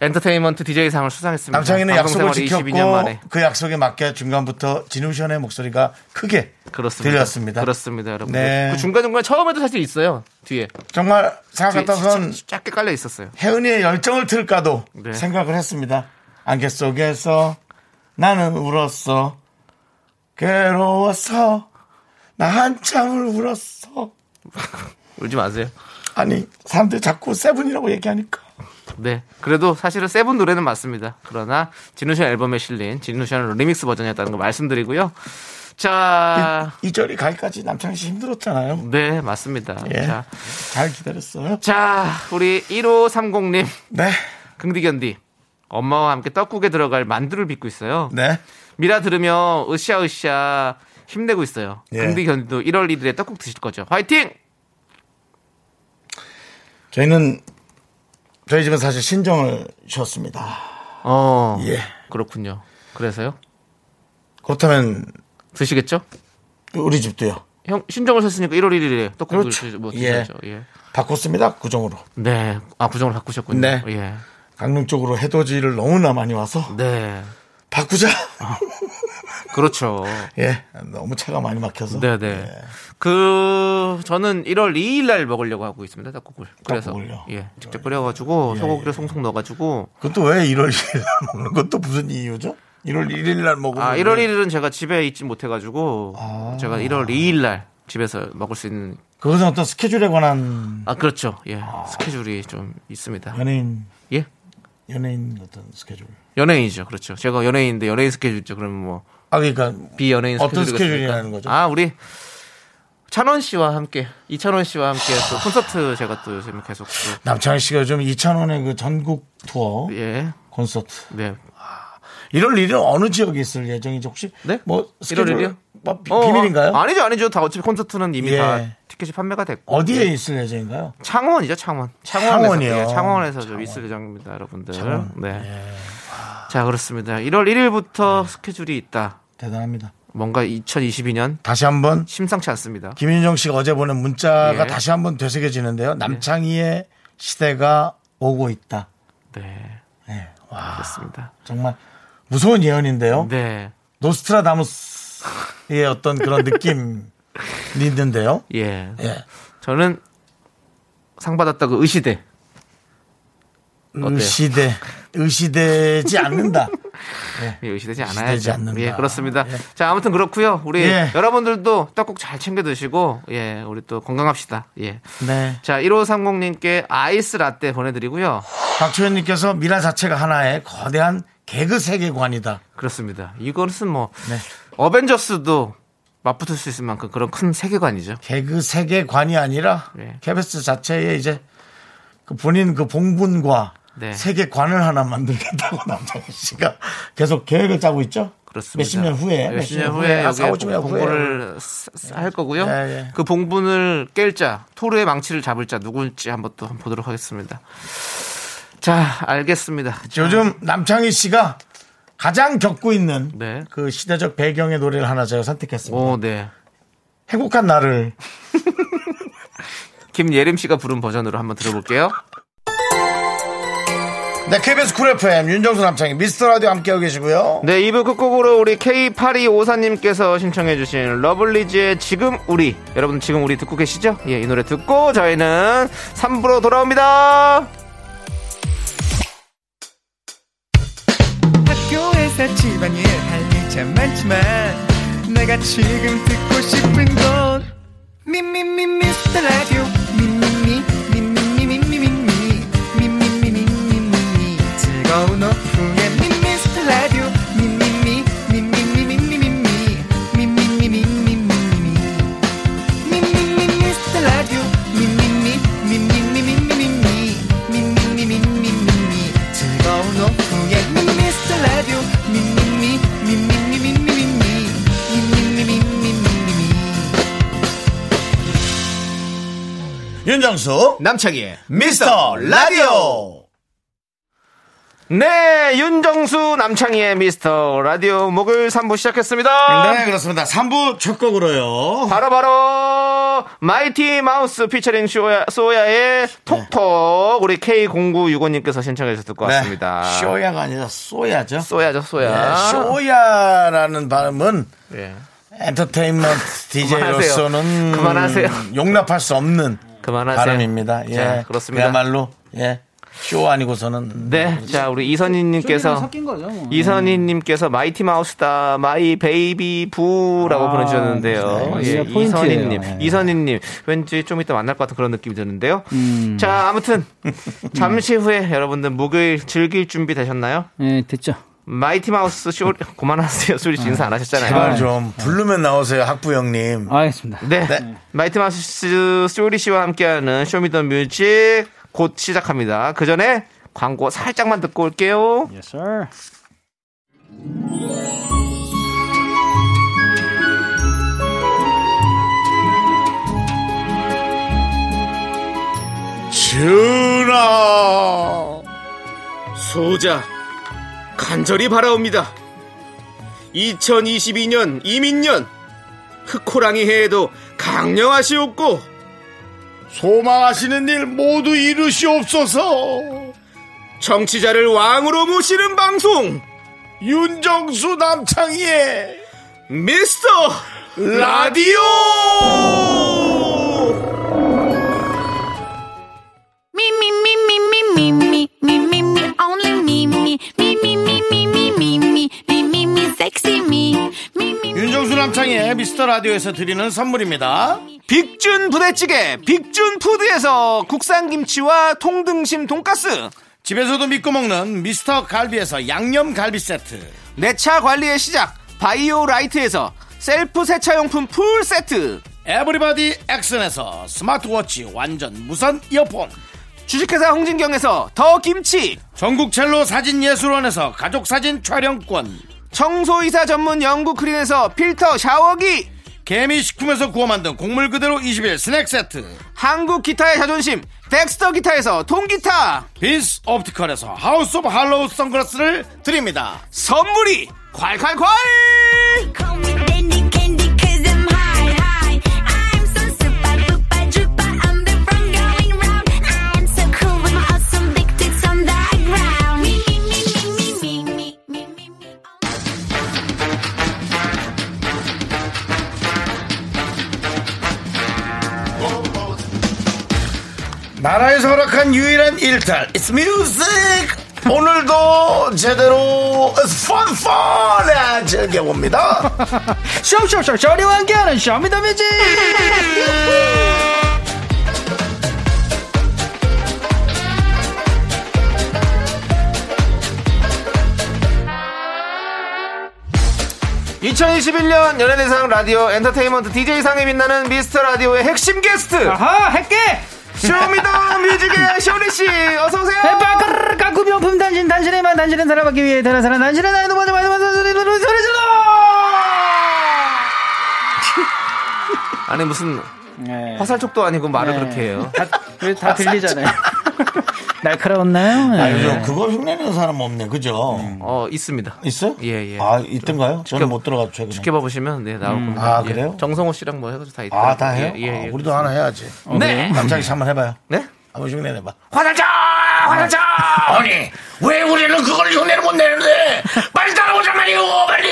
엔터테인먼트 DJ상을 수상했습니다.
남창희는
방송
약속을
생활
지켰고
22년 만에
그 약속에 맞게 중간부터 진우션의 목소리가 크게
그렇습니다.
들렸습니다.
그렇습니다, 여러분.
네.
들 중간 중간 처음에도 사실 있어요. 뒤에
정말
뒤에
생각했다선
작- 작게 깔려 있었어요.
혜은이의 열정을 틀까도
네.
생각을 했습니다. 안개 속에서 나는 울었어. 괴로워서 나 한참을 울었어.
울지 마세요.
아니 사람들이 자꾸 세븐이라고 얘기하니까
네. 그래도 사실은 세븐 노래는 맞습니다. 그러나 진우션 앨범에 실린 진우션 리믹스 버전이었다는 거 말씀드리고요.
[LAUGHS]
자,
이 절이 가기까지 남창희 씨 힘들었잖아요.
네, 맞습니다.
예.
자,
잘 기다렸어요.
자, 우리 1530님
네.
긍디견디. 엄마와 함께 떡국에 들어갈 만두를 빚고 있어요.
네.
미라 들으며 으쌰으쌰 힘내고 있어요.
예.
긍디견디도 1월 1일에 떡국 드실 거죠. 화이팅!
저희는 저희 집은 사실 신정을 쉬었습니다.
어,
예.
그렇군요. 그래서요?
그렇다면
드시겠죠?
우리 집도요.
형 신정을 썼으니까 1월 1일에 떡국 을
그렇죠.
뭐
예.
드셔야죠. 예.
바꿨습니다. 구정으로.
네. 아, 구정을 바꾸셨군요.
네.
예.
강릉 쪽으로 해돋이를 너무나 많이 와서
네.
바꾸자.
아. 그렇죠.
예. 너무 차가 많이 막혀서. 예.
네네. 그 저는 1월 2일 날 먹으려고 하고 있습니다. 떡국을.
아,
그래서
떡국을요? 예,
예. 직접 끓여 가지고 소고기를 송송 넣어 가지고
그것도 왜 1월 1일 날 먹는 것도 무슨 이유죠? 1월 1일 날 먹으면
아, 1월 1일은 제가 집에 있지 못해 가지고
아.
제가 1월 2일 날 집에서 먹을 수 있는
그것은 어떤 스케줄에 관한
아, 그렇죠. 예. 스케줄이 좀 있습니다.
연예인
예.
연예인 어떤 스케줄.
연예인이죠. 그렇죠. 제가 연예인인데 연예인 스케줄이죠. 그러면 뭐
아 그러니까
비연예인
어떤
스케줄이겠습니까?
스케줄이라는 거죠?
아, 우리 찬원 씨와 함께 이찬원 씨와 함께 또 콘서트 제가 또 요즘 계속 또,
남창희 씨가 요즘 이찬원의 그 전국 투어
예.
콘서트.
네.
1월 1일은 어느 지역에 있을 예정인지 혹시?
네?
뭐 스케줄
1월 1일이요?
뭐 비-
어,
비밀인가요?
아니죠, 아니죠. 다 어차피 콘서트는 이미
예.
다 티켓이 판매가 됐고.
어디에
예.
있을 예정인가요?
창원이죠, 창원.
창원이요.
창원에서, 예, 창원에서 좀 있을 예정입니다, 여러분들.
창원. 예.
네. 자, 그렇습니다. 1월 1일부터 스케줄이 있다.
대단합니다.
뭔가 2022년
다시 한번
심상치 않습니다.
김윤정 씨가 어제 보낸 문자가
예.
다시 한번 되새겨지는데요. 남창희의 시대가 오고 있다.
네.
예. 와, 어?
그렇습니다.
정말 무서운 예언인데요.
네.
노스트라다무스의 어떤 그런
[LAUGHS]
느낌이 있는데요.
예.
예.
저는 상 받았다고 의시대. 어때요?
의시대, 의시되지 않는다.
예, 의시되지 않아야죠.
의시되지 않는다.
예, 그렇습니다.
예.
자, 아무튼 그렇고요. 우리
예.
여러분들도 떡국 잘 챙겨 드시고 예, 우리 또 건강합시다. 예.
네.
자, 1530님께 아이스 라떼 보내드리고요.
박초연님께서 미라 자체가 하나의 거대한 개그 세계관이다.
그렇습니다. 이것은 뭐
네.
어벤져스도 맞붙을 수 있을 만큼 그런 큰 세계관이죠.
개그 세계관이 아니라
네.
케베스 자체에 이제 그 본인 그 봉분과
네.
세계관을 하나 만들겠다고 [LAUGHS] 남창희 씨가 계속 계획을 짜고 있죠.
그렇습니다.
몇십 년 후에,
몇십 년 후에
아, 4,
여기에
5년 후에
봉분을 스- 스- 할 거고요.
예, 예.
그 봉분을 깰 자, 토르의 망치를 잡을 자 누굴지 한번 또 한번 보도록 하겠습니다. 자, 알겠습니다.
그렇죠. 요즘 남창희 씨가 가장 겪고 있는
네.
그 시대적 배경의 노래를 하나 제가 선택했습니다.
오, 네.
행복한 나를
김예림 씨가 부른 버전으로 한번 들어볼게요.
네, KBS 쿨 FM 윤정수 남창희 미스터 라디오 함께하고 계시고요.
네, 2부 끝곡으로 우리 K8254님께서 신청해주신 러블리즈의 지금 우리. 여러분 지금 우리 듣고 계시죠? 예, 이 노래 듣고 저희는 3부로 돌아옵니다.
학교에서 집안일 할 일 참 많지만 내가 지금 듣고 싶은 건 미미미 미스터 라디오 미미미 미미미 미미미 미미미 미미미 미미미 즐거운 오후에 미스터 라디오 미미미 미미미 미미미 미미미 미미미 미미미
윤정수
남창희의
미스터 라디오.
네, 윤정수 남창희의 미스터 라디오 목요일 3부 시작했습니다.
네, 그렇습니다. 3부 첫 곡으로요.
바로 바로 마이티 마우스 피처링 쇼야, 소야의 톡톡 우리 K0965님께서 신청해 주셔서 듣고 왔습니다.
네, 쇼야가 아니라 쏘야죠.
소야죠, 아.
네,
소야.
쇼야라는 발음은
예.
엔터테인먼트
그만하세요.
DJ로서는
그만하세요.
용납할 수 없는
그만하세요.
발음입니다. 예.
자, 그렇습니다.
그야말로 예. 쇼 아니고서는
네, 자 우리 이선희님께서
뭐. 네.
이선희님께서 마이티 마우스다 마이 베이비 부라고 보내주셨는데요.
네,
예,
아, 이게 포인트예요.
이선희님,
네.
이선희님 왠지 좀 이따 만날 것 같은 그런 느낌이 드는데요.
음.
자 아무튼 잠시 후에 여러분들 목요일 즐길 준비 되셨나요?
네, 음. 됐죠. 네.
마이티 마우스 쇼 그만하세요 소리 인사 안
제발
하셨잖아요.
좀 부르면 나오세요, 학부 형님.
알겠습니다.
네,
네.
마이티 마우스 쇼리 씨와 함께하는 쇼미더 뮤직 곧 시작합니다. 그 전에 광고 살짝만 듣고 올게요.
Yes, sir.
준아.
소자 간절히 바라옵니다. 2022년 이민년 흑호랑이 해에도 강령하시옵고
소망하시는 일 모두 이루시옵소서.
정치자를 왕으로 모시는 방송
윤정수 남창희의
미스터
라디오.
Me, me, me, me, me, me, me, me, me, me, only me, me, me, me, me, me, me, me, me, me, me, me, sexy me, me, me, me.
윤정수 남창희의 미스터 라디오에서 드리는 선물입니다.
빅준 부대찌개 빅준푸드에서 국산김치와 통등심 돈가스
집에서도 믿고 먹는 미스터 갈비에서 양념 갈비 세트.
내 차 관리의 시작 바이오라이트에서 셀프 세차용품 풀 세트
에브리바디 액션에서 스마트워치 완전 무선 이어폰
주식회사 홍진경에서 더 김치
전국 첼로 사진 예술원에서 가족 사진 촬영권
청소이사 전문 영국 크린에서 필터 샤워기
개미 식품에서 구워 만든 곡물 그대로 21 스낵 세트
한국 기타의 자존심 덱스터 기타에서 통기타
빈스 옵티컬에서 하우스 오브 할로우 선글라스를 드립니다
선물이 콸콸콸
Call me Dandy Candy cause I'm high, high. I'm so super duper duper. I'm the one going round. I'm so cool with my awesome big tits on the ground. Me, me, me, me, me, me, me, me, me, me.
나라에서 허락한 유일한 일탈 It's music 오늘도 제대로 펀펀
[LAUGHS]
즐겨봅니다
쇼쇼쇼 쇼리와 함께하는 쇼미더뮤직
이천이십일 년 연예대상 라디오 엔터테인먼트 DJ상에 빛나는 미스터 라디오의 핵심 게스트
아하 할게
쇼미더
[LAUGHS]
뮤직의 쇼리씨 어서오세요
해바카르르 깎고 명품 단신 단신의 맛 단신은 살아가기 위해 다른 사람 단신의 나이도 먼저 많이 먼저 소리 소리 소리 질러
[LAUGHS] 아니 무슨 화살촉도 아니고 말을 그렇게 해요
네. 다, 그래도 다 들리잖아요 날카로웠나요? 네.
아, 요즘 그거 흉내내는 사람 없네 그죠
어 있습니다
있어요?
예, 예.
아 있던가요? 저는
지켜-
못 들어가죠 최근에
쉽게 봐보시면 네 나올 겁니다
아,
예.
그래요?
정성호 씨랑 뭐 해서 다 있다
아 다 해요?
예, 예,
아,
예.
우리도 하나 해야지
네
남자기 한번 해봐요
네?
한번 흉내내봐
화살촉 화살촉
아니 왜 우리는 그걸 흉내를 못 내는데 빨리 따라오자 말이오 빨리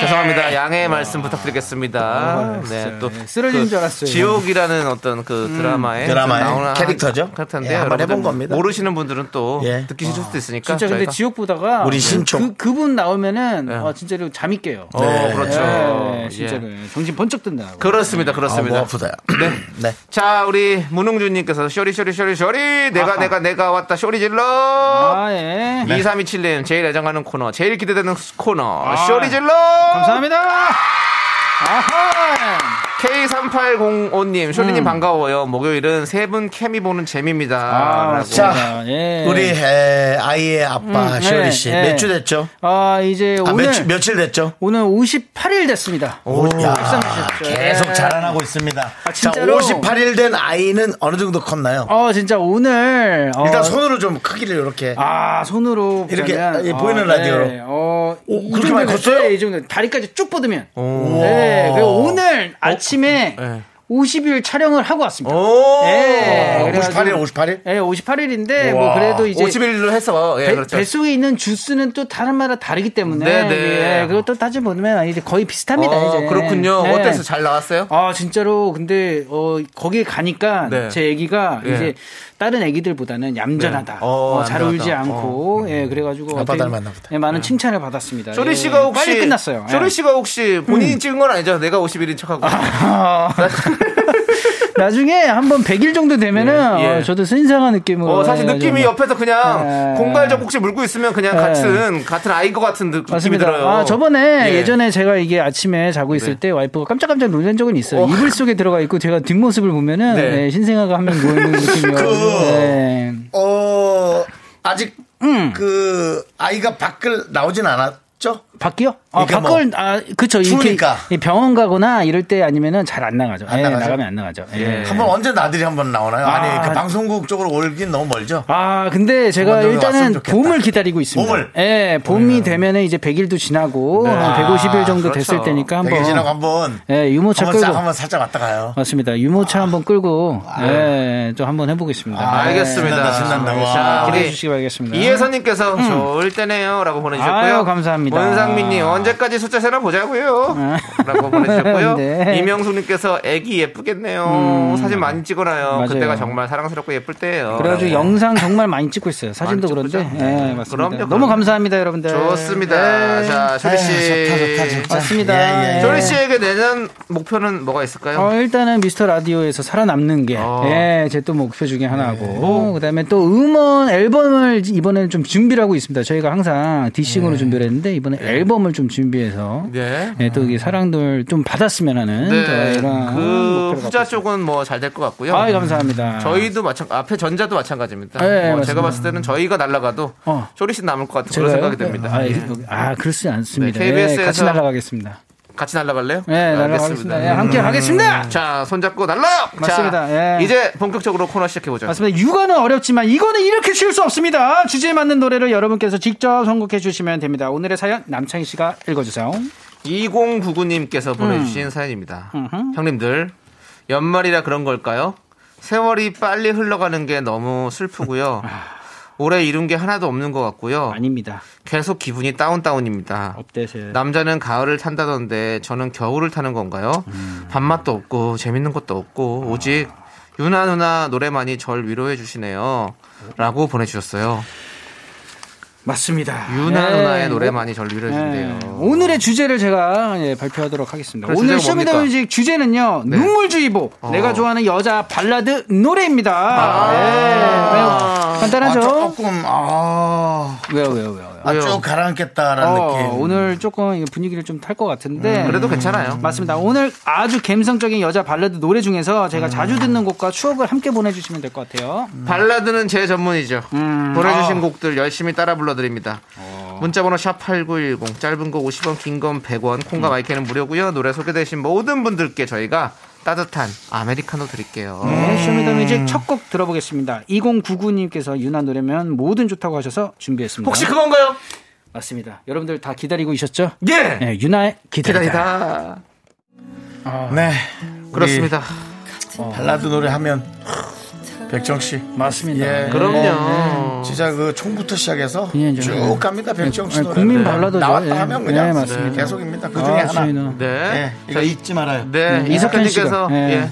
죄송합니다. 양해 말씀 부탁드리겠습니다. 네, 또
쓰러진
그
줄 알았어요.
지옥이라는 어떤 그 드라마에
예, 드라마의
나오는
아, 캐릭터죠?
한 캐릭터인데
예, 한번
여러분들
해본 겁니다.
모르시는 분들은 또
예.
듣기 싫을 수도 있으니까.
진짜 근데
저희가-
지옥보다가
우리 신초.
그, 그분 나오면은 아, 진짜로 잠이 깨요
어, 그렇죠.
네,
예.
진짜로 정신 번쩍 든다
그렇습니다.
아, 뭐
그렇습니다.
아프다
네.
네.
자, 우리 문흥준님께서 쇼리 쇼리 쇼리 쇼리 내가 내가 내가 왔다 쇼리 질러.
아예
2327님 제일 애정하는 코너 제일 기대되는 코너 쇼리 질러
아. 감사합니다 아하 음.
K3805님 쇼리님 반가워요 목요일은 세 분 케미 보는 재미입니다
아,
라고.
자,
예.
우리 에, 아이의 아빠
음, 예,
쇼리 씨
예.
몇 주 됐죠?
아 이제
아,
오늘
며칠, 며칠 됐죠?
오늘 58일 됐습니다.
오, 야,
입상하셨죠.
계속
예.
자라나고 있습니다.
진짜로?
자, 58일 된 아이는 어느 정도 컸나요?
어 진짜 오늘 어,
일단 손으로 좀 크기를 이렇게.
아 손으로
이렇게,
보면, 네,
예, 보이는 라디오로.
어,
오,
이
그렇게
정도
많이
됐어요.
컸어요? 어.
이 정도 다리까지 쭉 뻗으면.
우와.
네 그리고
어.
오늘 아침에
네.
예.
50일 촬영을 하고 왔습니다.
오!
예, 그래가지고-
58일, 58일?
예, 58일인데 뭐
우와.
그래도 이제
51로 해서 예,
배,
그렇죠.
뱃속에 있는 주스는 또 다른마다 다르기 때문에
네, 네.
예, 그것도 따져보면 이제 거의 비슷합니다.
어,
이제.
그렇군요.
네.
어땠어? 잘 나왔어요?
아 진짜로 근데 어 거기에 가니까
네.
제 아기가
예.
이제 다른 아기들보다는 얌전하다.
네. 어,
어, 잘
얌전하다. 네.
울지 않고 예 그래가지고
음. 아빠
어떻게-
닮았나 보다.
예, 많은 칭찬을 받았습니다.
쇼리
예.
씨가 혹시
빨리 끝났어요. 음. 예.
쇼리 씨가 혹시 본인이 찍은 건 아니죠? 내가 51인 척하고.
나중에 한번 100일 정도 되면은
예, 예.
어, 저도 신상한 느낌으로
어, 사실
해가지고
느낌이
뭐-
옆에서 그냥
예.
공갈적 혹시 물고 있으면 그냥
예.
같은 같은 아이 것 같은 느- 느낌이
맞습니다.
들어요.
아, 저번에
예.
예. 전에 제가 이게 아침에 자고 있을
네.
때 와이프가 깜짝깜짝 놀란 적은 있어요. 이불 속에 들어가 있고 제가 뒷모습을 보면은
네.
예, 신생아가 한 명
[LAUGHS]
누워있는 느낌이어서
그.
예.
어, 아직 그 아이가 밖을 나오진 않았죠?
밖이요? 아,
그러니까
밖을 아 그쵸 이렇게
추우니까.
이 병원 가거나 이럴 때 아니면은 잘 안 나가죠.
안
예,
나가죠?
나가면 안 나가죠. 예.
한번 언제 나들이 한번 나오나요? 아니,
아.
그 방송국 쪽으로 올긴 너무 멀죠?
아 근데 제가
한번 좀 왔으면
일단은
좋겠다.
봄을 기다리고 있습니다.
봄을? 음. 네.
예, 봄이 되면은 이제 100일도 지나고 한 150일 정도 됐을
그렇죠.
때니까
되
한번
게 지나고 한번.
예, 유모차
한번, 싹-
끌고. 아,
한번 살짝 왔다 가요.
맞습니다. 유모차 한번 끌고 예, 좀 한번 해보겠습니다. 예.
아,
알겠습니다.
신난다,
네,
신난다. 와.
자,
기대해
우리
주시기 바라겠습니다. 음.
이혜선님께서 좋을 때네요라고 보내주셨고요.
아유, 감사합니다. 아.
원상민님 언제까지 숫자 세나 보자고요라고 보내주셨고요.
[LAUGHS] 네. 음.
이명수님께서 애기 예쁘겠네요. 사진 많이 찍어놔요.
맞아요.
그때가 정말 사랑스럽고 예쁠 때예요.
그래가지고 영상 정말 많이 찍고 있어요. 사진도
많이 찍고
그런데
있죠. 네.
예, 맞습니다.
그럼요, 그럼요.
너무 감사합니다, 여러분들.
좋습니다.
예.
자, 조리 씨.
좋다, 좋다, 진짜.
맞습니다.
예, 예, 예.
조리 씨에게 내년 목표는 뭐가 있을까요?
어, 일단은 미스터 라디오에서 살아남는 게,
어. 네.
예, 제 또 목표 중에 하나고, 그 다음에 또 음원 앨범을 이번에는 좀 준비를 하고 있습니다. 저희가 항상 디싱으로 준비를 했는데, 이번에 앨범을 좀 준비해서
네.
예, 또 이게 사랑들 좀 받았으면 하는
네.
이런
그
목표를
후자
갖고
쪽은 뭐 잘 될 것 같고요.
있습니다. 아이 감사합니다.
저희도 마찬 앞에 전자도 마찬가지입니다.
네,
뭐
맞습니다.
제가 봤을 때는 저희가 날아가도
어.
쇼리씨 남을 것 같은 그런 생각이
제가요?
듭니다.
아,
예.
이거- 아, 그렇지 않습니다.
네,
예,
KBS 에서-
같이 날아가겠습니다.
같이 날아갈래요?
예, 날아가겠습니다. 예,
음.
함께 가겠습니다.
자, 손잡고 날라! 자,
맞습니다. 예.
이제 본격적으로 코너 시작해보죠.
맞습니다. 육아는 어렵지만 이거는 이렇게 쉬울 수 없습니다. 주제에 맞는 노래를 여러분께서 직접 선곡해 주시면 됩니다. 오늘의 사연 남창희 씨가 읽어주세요.
2099님께서 보내주신 사연입니다.
음. 음흠.
형님들, 연말이라 그런 걸까요? 세월이 빨리 흘러가는 게 너무
[LAUGHS]
슬프고요. 올해 이룬 게 하나도 없는 것 같고요.
아. 아닙니다.
계속 기분이 다운다운입니다.
업데이트.
네. 남자는 가을을 탄다던데 저는 겨울을 타는 건가요? 밥맛도 없고 재밌는 것도 없고 오직 유나 누나 노래만이 절 위로해 주시네요. 라고 보내주셨어요.
맞습니다.
유나
예.
누나의 노래만이 절 위로해 준대요.
예. 오늘의 주제를 제가 예, 발표하도록 하겠습니다.
네. 그래,
오늘
주제가 뭡니까? 네.
쇼미더뮤직 주제는요. 눈물주의보.
어. 아.
내가 좋아하는 여자 발라드 노래입니다. 예. 왜요?
아,
간단하죠?
조금 아,
왜요, 왜요, 왜요?
아,
어, 왜요?
쭉 가라앉겠다라는
어,
느낌.
오늘 조금 이 분위기를 좀 탈 것 같은데.
음, 그래도 괜찮아요.
맞습니다. 오늘 아주 감성적인 여자 발라드 노래 중에서 제가
음.
자주 듣는 곡과 추억을 함께 보내주시면 될 것 같아요.
발라드는 제 전문이죠.
음.
보내주신 곡들 열심히 따라 불러드립니다. 문자번호 샵8910 짧은 거 50원 긴 건 100원 콩과 마이크는 무료고요. 노래 소개되신 모든 분들께 저희가 따뜻한 아메리카노 드릴게요.
네,
음.
쇼미더뮤직 첫 곡 들어보겠습니다. 2099님께서 유나 노래면 뭐든 좋다고 하셔서 준비했습니다.
혹시 그건가요?
맞습니다. 여러분들 다 기다리고 계셨죠?
예!
네, 유나의 기다리다.
기다리다.
네.
그렇습니다.
우리 발라드 노래 하면 백정 씨.
맞습니다.
예.
그럼요.
진짜 그 총부터 시작해서
네. 예, 저-
쭉 갑니다. 백정 씨
아니,
노래.
국민
네.
발라드죠. 예.
나왔다 하면 그냥
예, 맞습니다.
계속입니다. 그 중에
아,
하나.
저희는
네.
예. 이거 잊지 말아요.
네.
음, 약간
이석현님께서
시각. 예.
예.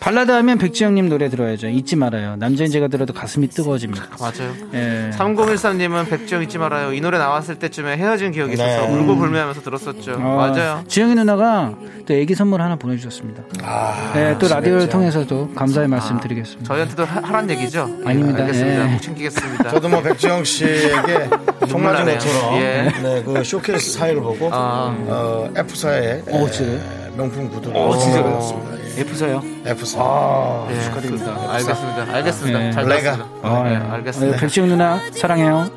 발라드 하면 백지영님 노래 들어야죠. 잊지 말아요. 남자인 제가 들어도 가슴이 뜨거워집니다.
맞아요.
예.
3013님은 백지영 잊지 말아요. 이 노래 나왔을 때쯤에 헤어진 기억이
네.
있어서 울고 불매하면서 들었었죠.
어,
맞아요.
지영이 누나가 또 애기 선물 하나 보내주셨습니다.
아,
네, 또 라디오를
그렇죠.
통해서도 감사의 말씀 드리겠습니다.
저희한테도 하, 하란 얘기죠?
아닙니다.
알겠습니다.
예.
꼭 챙기겠습니다.
저도 뭐 백지영 씨에게 송라진
나네요.
것처럼
예.
네, 그 쇼케이스 사회를 보고
아.
어, F사의
어, 진짜요?
명품 구두를 어, 진짜 그렇습니다.
예쁘세요.
F사. 아,
예.
축하드립니다.
알겠습니다. 알겠습니다.
네.
잘
레가.
들었습니다.
아,
네,
예.
알겠습니다.
어, 백지영 누나 사랑해요.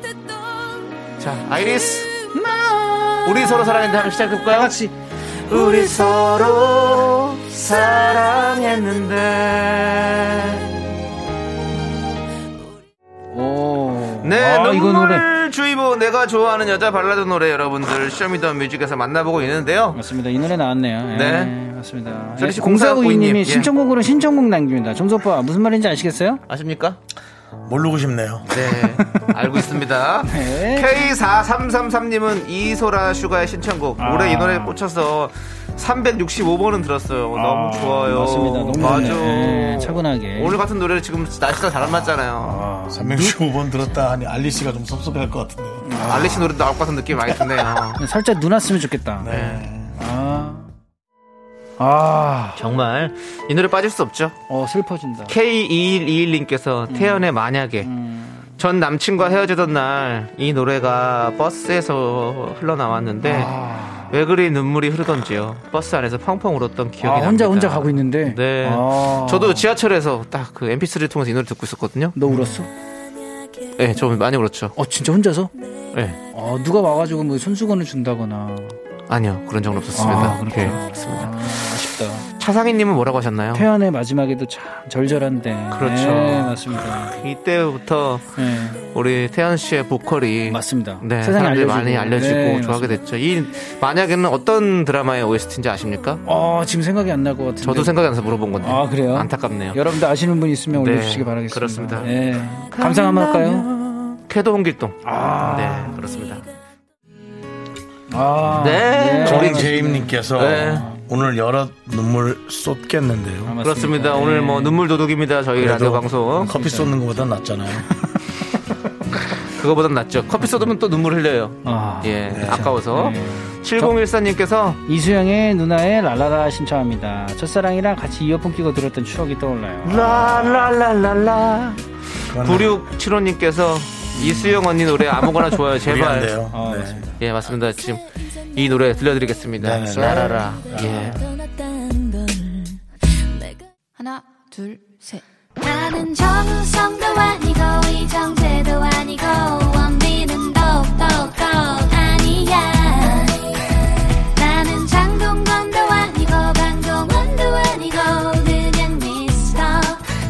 자, 아이리스. 우리 서로 사랑했는데 한번 시작해볼까요?
같이.
우리 서로 사랑했는데.
오.
네,
아, 이거 노래.
눈물주의보 내가 좋아하는 여자 발라드 노래 여러분들 쇼미더뮤직에서 만나보고 있는데요.
맞습니다. 이 노래 나왔네요. 예,
네.
맞습니다.
저리 씨, 공사오이님, 예.
공사오이님이 신청곡으로 신청곡 남깁니다. 정소빠 무슨 말인지 아시겠어요?
아십니까?
모르고 싶네요.
[LAUGHS]
네, 알고 있습니다.
네.
K4333님은 이소라 슈가의 신청곡. 올해 이
아.
노래에 꽂혀서 365번은 들었어요. 너무 좋아요.
맞습니다. 너무
맞아.
좋네요. 예, 차분하게.
오늘 같은 노래를 지금 날씨가 잘 안 맞잖아요.
365번 들었다 하니 알리 씨가 좀 섭섭해할 것 같은데.
알리씨 노래도 나올 것 같은 느낌이
[LAUGHS]
많이 드네요.
살짝 눈 왔으면 좋겠다.
네.
아. 아,
정말 이 노래 빠질 수 없죠.
어, 슬퍼진다. 음.
K2121님께서 태연의 만약에 전 남친과 헤어지던 날 이 노래가 버스에서 흘러나왔는데
아.
왜 그리 눈물이 흐르던지요. 버스 안에서 펑펑 울었던 기억이
아,
납니다.
혼자 혼자 가고 있는데.
네.
아.
저도 지하철에서 딱 그 mp3를 통해서 이 노래 듣고 있었거든요.
너 울었어?
네, 저 많이 울었죠.
어, 진짜 혼자서?
네.
어, 누가 와가지고 뭐 손수건을 준다거나.
아니요. 그런 적은 없었습니다.
아, 그렇구나.
네, 그렇습니다.
아쉽다.
차상희 님은 뭐라고 하셨나요?
태연의 마지막에도 참 절절한데.
그렇죠.
네, 맞습니다.
이때부터
네,
우리 태연 씨의 보컬이
맞습니다.
네,
세상에
사람들이
알려지고.
많이 알려지고
네,
좋아하게 됐죠. 이 만약에는 어떤 드라마의 OST인지 아십니까?
어, 지금 생각이 안 날 것 같은데.
저도 생각이 안 나서 물어본 건데.
네. 아, 그래요?
안타깝네요.
여러분들 아시는 분 있으면
네,
올려주시기 바라겠습니다.
그렇습니다.
예. 감상 한번 할까요?
쾌도 홍길동. 네, 그렇습니다.
아.
네.
저린
네.
제임님께서
네.
오늘 여러 눈물 쏟겠는데요.
맞습니다. 네. 음,
그렇습니다. 오늘 뭐 눈물 도둑입니다. 저희 라디오 방송.
커피 쏟는 것보다 낫잖아요.
그거보단 낫죠. 커피 쏟으면 또 눈물 흘려요.
아. 네.
예, 아까워서. 7014님께서
이수영의 누나의 랄라라 신청합니다. 첫사랑이랑 같이 이어폰 끼고 들었던 추억이 떠올라요.
라라라라라
그거는
9675님께서 이수영 언니 노래 아무거나 좋아요. 제발.
미안해요.
어,
네.
맞습니다.
예, 맞습니다. 지금 이 노래 들려드리겠습니다.
네네네.
라라라.
아,
예.
하나, 둘, 셋.
나는 정우성도 아니고 이정재도 아니고 원빈은 더욱더 아니야 나는 장동건도 아니고 강동원도 아니고 그냥 미스터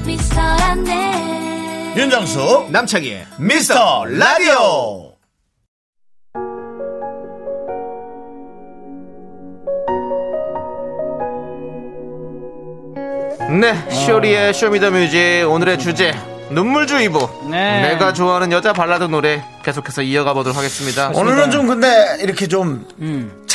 미스터란데
윤정수
남창희의
미스터 라디오
네,
어.
쇼리의 쇼미더뮤직 오늘의 주제 눈물주의보.
네.
내가 좋아하는 여자 발라드 노래 계속해서 이어가 보도록 하겠습니다.
오늘은 좀 근데 이렇게 좀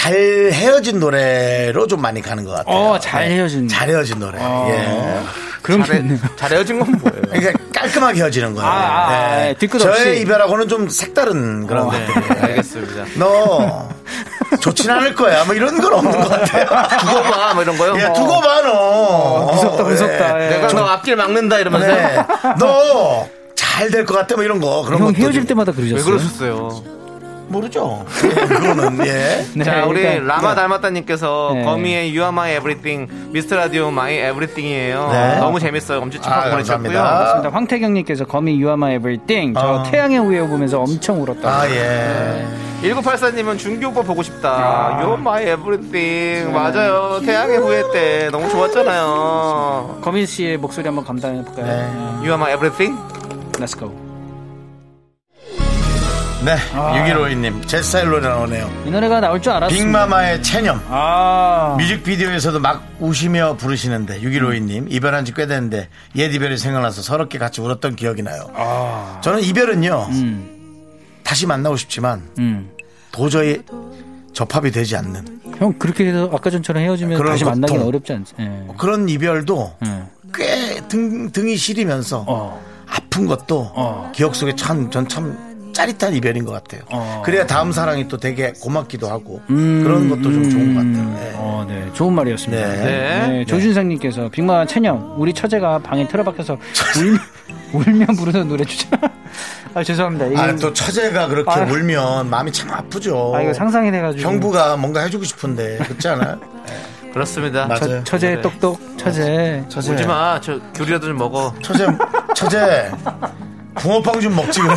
잘 헤어진 노래로 좀 많이 가는 것 같아요.
음. 어, 잘
네.
헤어진.
잘 헤어진 노래. 예.
그럼
잘해, 잘 헤어진 건
[LAUGHS]
뭐예요?
그러니까 깔끔하게 헤어지는 거예요.
아, 아, 아,
네.
예, 뒤끝
저의
없이. 어,
이별하고는 좀 색다른 그런 것들. 네.
알겠습니다.
너 좋진 않을 거야. 뭐 이런 건 없는 것 같아요.
두고
[LAUGHS]
봐, 뭐 이런 거요?
야,
뭐.
예, 두고 봐, 너.
어. 무섭다,
어,
무섭다.
예.
예.
내가 너 앞길 막는다
[LAUGHS]
이러면서
네. 너. 잘 될 것 같아, 뭐 이런 거. 그런
형
것도
헤어질 때마다
왜
그러셨어요?
그러셨어요?
모르죠. 예, 그거는, 예.
네,
자, 우리
일단-
라마 닮았다님께서
네.
거미의 You Are My Everything, 미스터 라디오 My Everything이에요.
네.
너무 재밌어요. 엄지척 하고
아,
보내셨고요.
감사합니다.
맞습니다. 황태경님께서 거미 You Are My Everything 저
아.
태양의 우애 보면서 엄청 울었다.
아, 예.
1984님은 준기 오빠 보고 싶다.
아.
You Are My Everything.
네.
맞아요. 태양의 후예 때 너무 좋았잖아요.
거민 씨의 목소리 한번 감당해 볼까요?
네.
You Are My Everything?
Let's go.
네.
아.
6152님, 제 스타일로 나오네요.
이 노래가 나올 줄 알았습니다.
빅마마의 체념.
아,
뮤직비디오에서도 막 우시며 부르시는데 6152님 이별한 지 꽤 됐는데 옛 이별이 생각나서 서럽게 같이 울었던 기억이 나요.
아.
저는 이별은요 다시 만나고 싶지만
음.
도저히 접합이 되지 않는
형 그렇게 해서 아까 전처럼 헤어지면
그런
다시 만나기
고통.
어렵지 않지? 예.
뭐 그런 이별도
예.
꽤 등, 등이 시리면서
어.
아픈 것도
어.
기억 속에 참 전 참 짜릿한 이별인 것 같아요.
어.
그래야 다음 사랑이 또 되게 고맙기도 하고
음,
그런 것도 좀 좋은 것 같아요. 예.
어, 네. 좋은 말이었습니다.
네.
네.
조준상님께서 빅마 체념 우리 처제가 방에 틀어박혀서 울며, [LAUGHS] 울며 부르는 노래 추천. [LAUGHS] 아 죄송합니다. 이거,
음.
아, 또 처제가 그렇게
아.
울면 마음이 참 아프죠.
아, 이거 상상이 돼가지고.
형부가 뭔가 해주고 싶은데 그렇지
[LAUGHS]
않아요?
그렇습니다.
맞아요.
처,
네.
처제 똑똑 처제.
처제
울지 마. 저 귤이라도 좀 먹어.
처제 처제 붕어빵 좀 먹지
[LAUGHS]
그래.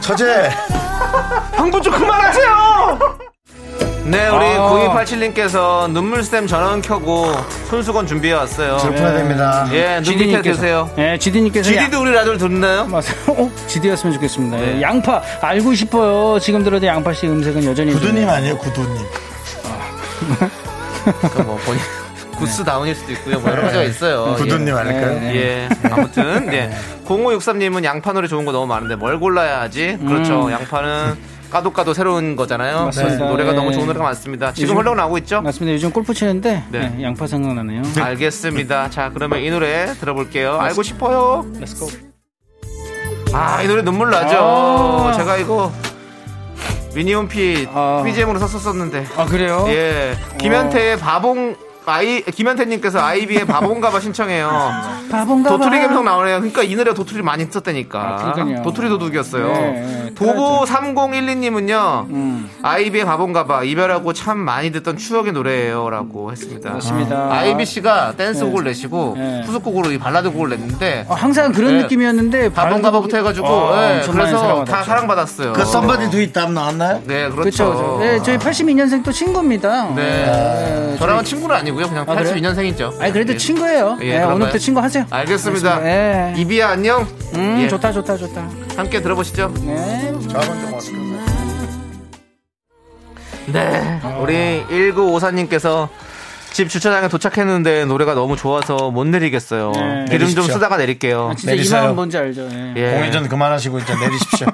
처제
형부 좀 그만하세요! 네, 우리
아.
9287님께서 눈물샘 전원 켜고 손수건 준비해왔어요.
들어야 됩니다.
예, 눈 밑에 드세요. 네.
예, 지디님께서. 야-
GD도 우리 라디오를 듣나요?
맞아요. [LAUGHS] 어, 지디였으면 좋겠습니다. 예, 양파 알고 싶어요. 지금 들어도 양파 씨 음색은 여전히
구두님
좋네요.
아니에요 구두님.
그뭐 본인 [LAUGHS] 구스 다운일 수도 있고요. 뭐 여러 가지가 있어요.
구두님
예.
아닐까요?
네, 네.
예.
[LAUGHS]
아무튼 예. 0563님은 양파 노래 좋은 거 너무 많은데 뭘 골라야 하지? 그렇죠. 양파는 까도까도 새로운 거잖아요.
음.
네,
맞습니다.
노래가
예.
너무 좋은 노래가 많습니다. 지금
요즘-
흘러나오고 있죠?
맞습니다. 요즘 골프 치는데
네.
예, 양파 생각나네요.
알겠습니다. 자, 그러면 이 노래 들어볼게요. 알고 싶어요.
Let's go.
아, 이 노래 눈물 나죠.
아.
제가 이거 미니홈피
아.
BGM으로 썼었었는데.
아 어. 그래요?
예. 김현태의 바봉 아이 김현태님께서 아이비의 바본가봐 신청해요.
바본가
도토리
봐.
감성 나오네요. 그러니까 이 노래 도토리 많이 썼다니까.
아, 그러니까요.
도토리 도둑이었어요.
네, 음. 네.
도보 3012님은요. 아이비의 바본가봐 이별하고 참 많이 듣던 추억의 노래예요라고 했습니다.
맞습니다.
아이비 씨가 댄스곡을 내시고
네.
후속곡으로 이 발라드 곡을 냈는데
어, 항상 그런
네.
느낌이었는데
바본가봐부터 해가지고
아,
예,
엄청 많이
그래서 다
사랑받았죠.
사랑받았어요.
그 썸바디 두잇 다음 나왔나요?
네
그렇죠.
그렇죠.
네, 저희 82년생 또 친구입니다.
네. 저랑은 친구는 아니고요. 그냥
아, 그래요?
82년생이죠.
아니 그래도 친구예요.
예,
예,
그런가요?
오늘부터 친구 하세요.
알겠습니다.
예.
이비야 안녕.
음,
예,
좋다 좋다 좋다.
함께 들어보시죠.
네.
네. 우리 1954님께서 집 주차장에 도착했는데 노래가 너무 좋아서 못 내리겠어요.
네.
기름 좀
내리시죠.
쓰다가 내릴게요.
진짜
내리세요.
이마음 뭔지 알죠. 예.
예.
공회전 그만하시고 이제 내리십시오.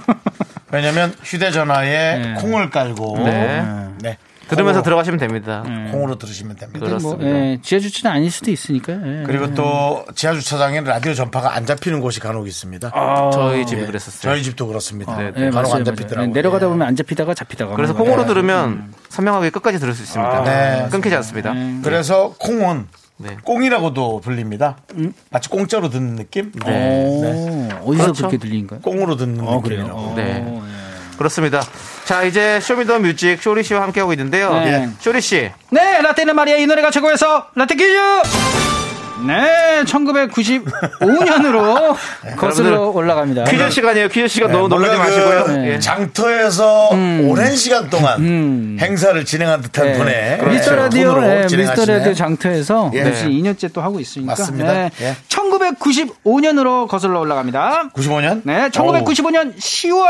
왜냐면 휴대전화에 콩을 깔고
네.
네.
들으면서
콩으로- 음.
들어가시면 됩니다.
콩으로 들으시면 됩니다.
뭐,
그렇습니다.
예, 지하주치는 아닐 수도 있으니까. 예.
그리고 또 지하 주차장에는 라디오 전파가 안 잡히는 곳이 간혹 있습니다.
저희 집이
예.
아, 그랬었어요.
저희 집도 그렇습니다.
네,
예,
간혹
맞아요,
안
맞아요.
잡히더라고요.
예, 내려가다
예.
보면 안 잡히다가 잡히다가.
그래서
그런
콩으로
거예요.
들으면 선명하게 끝까지 들을 수 있습니다.
네.
끊기지 않습니다.
그래서 콩은
네.
꽁이라고도 불립니다. 마치 공짜로 듣는 느낌?
네.
어디서
그렇죠.
그렇게 들린가요?
꽁으로 듣는
어,
느낌이라고.
그래요.
네.
어,
그렇습니다. 자, 이제 쇼미더 뮤직 쇼리 씨와 함께하고 있는데요.
네.
쇼리 씨.
네, 라떼는 말이야 이 노래가 최고여서 라떼 퀴즈. 네, [LAUGHS] 1995년으로 거슬러
여러분들
올라갑니다.
퀴즈 시간이에요. 퀴즈 시간 너무
물론
놀라지
그
마시고요.
네.
예.
장터에서 오랜 시간 동안 행사를 진행한 듯한
음. 네.
분의
미스터 라디오,
손으로
네, 미스터
진행하시네요.
라디오 장터에서
그렇죠. 예.
벌써 2년째 또 하고 있으니까.
맞습니다.
네.
예.
1995년으로 거슬러 올라갑니다.
95년?
네, 1995년 10월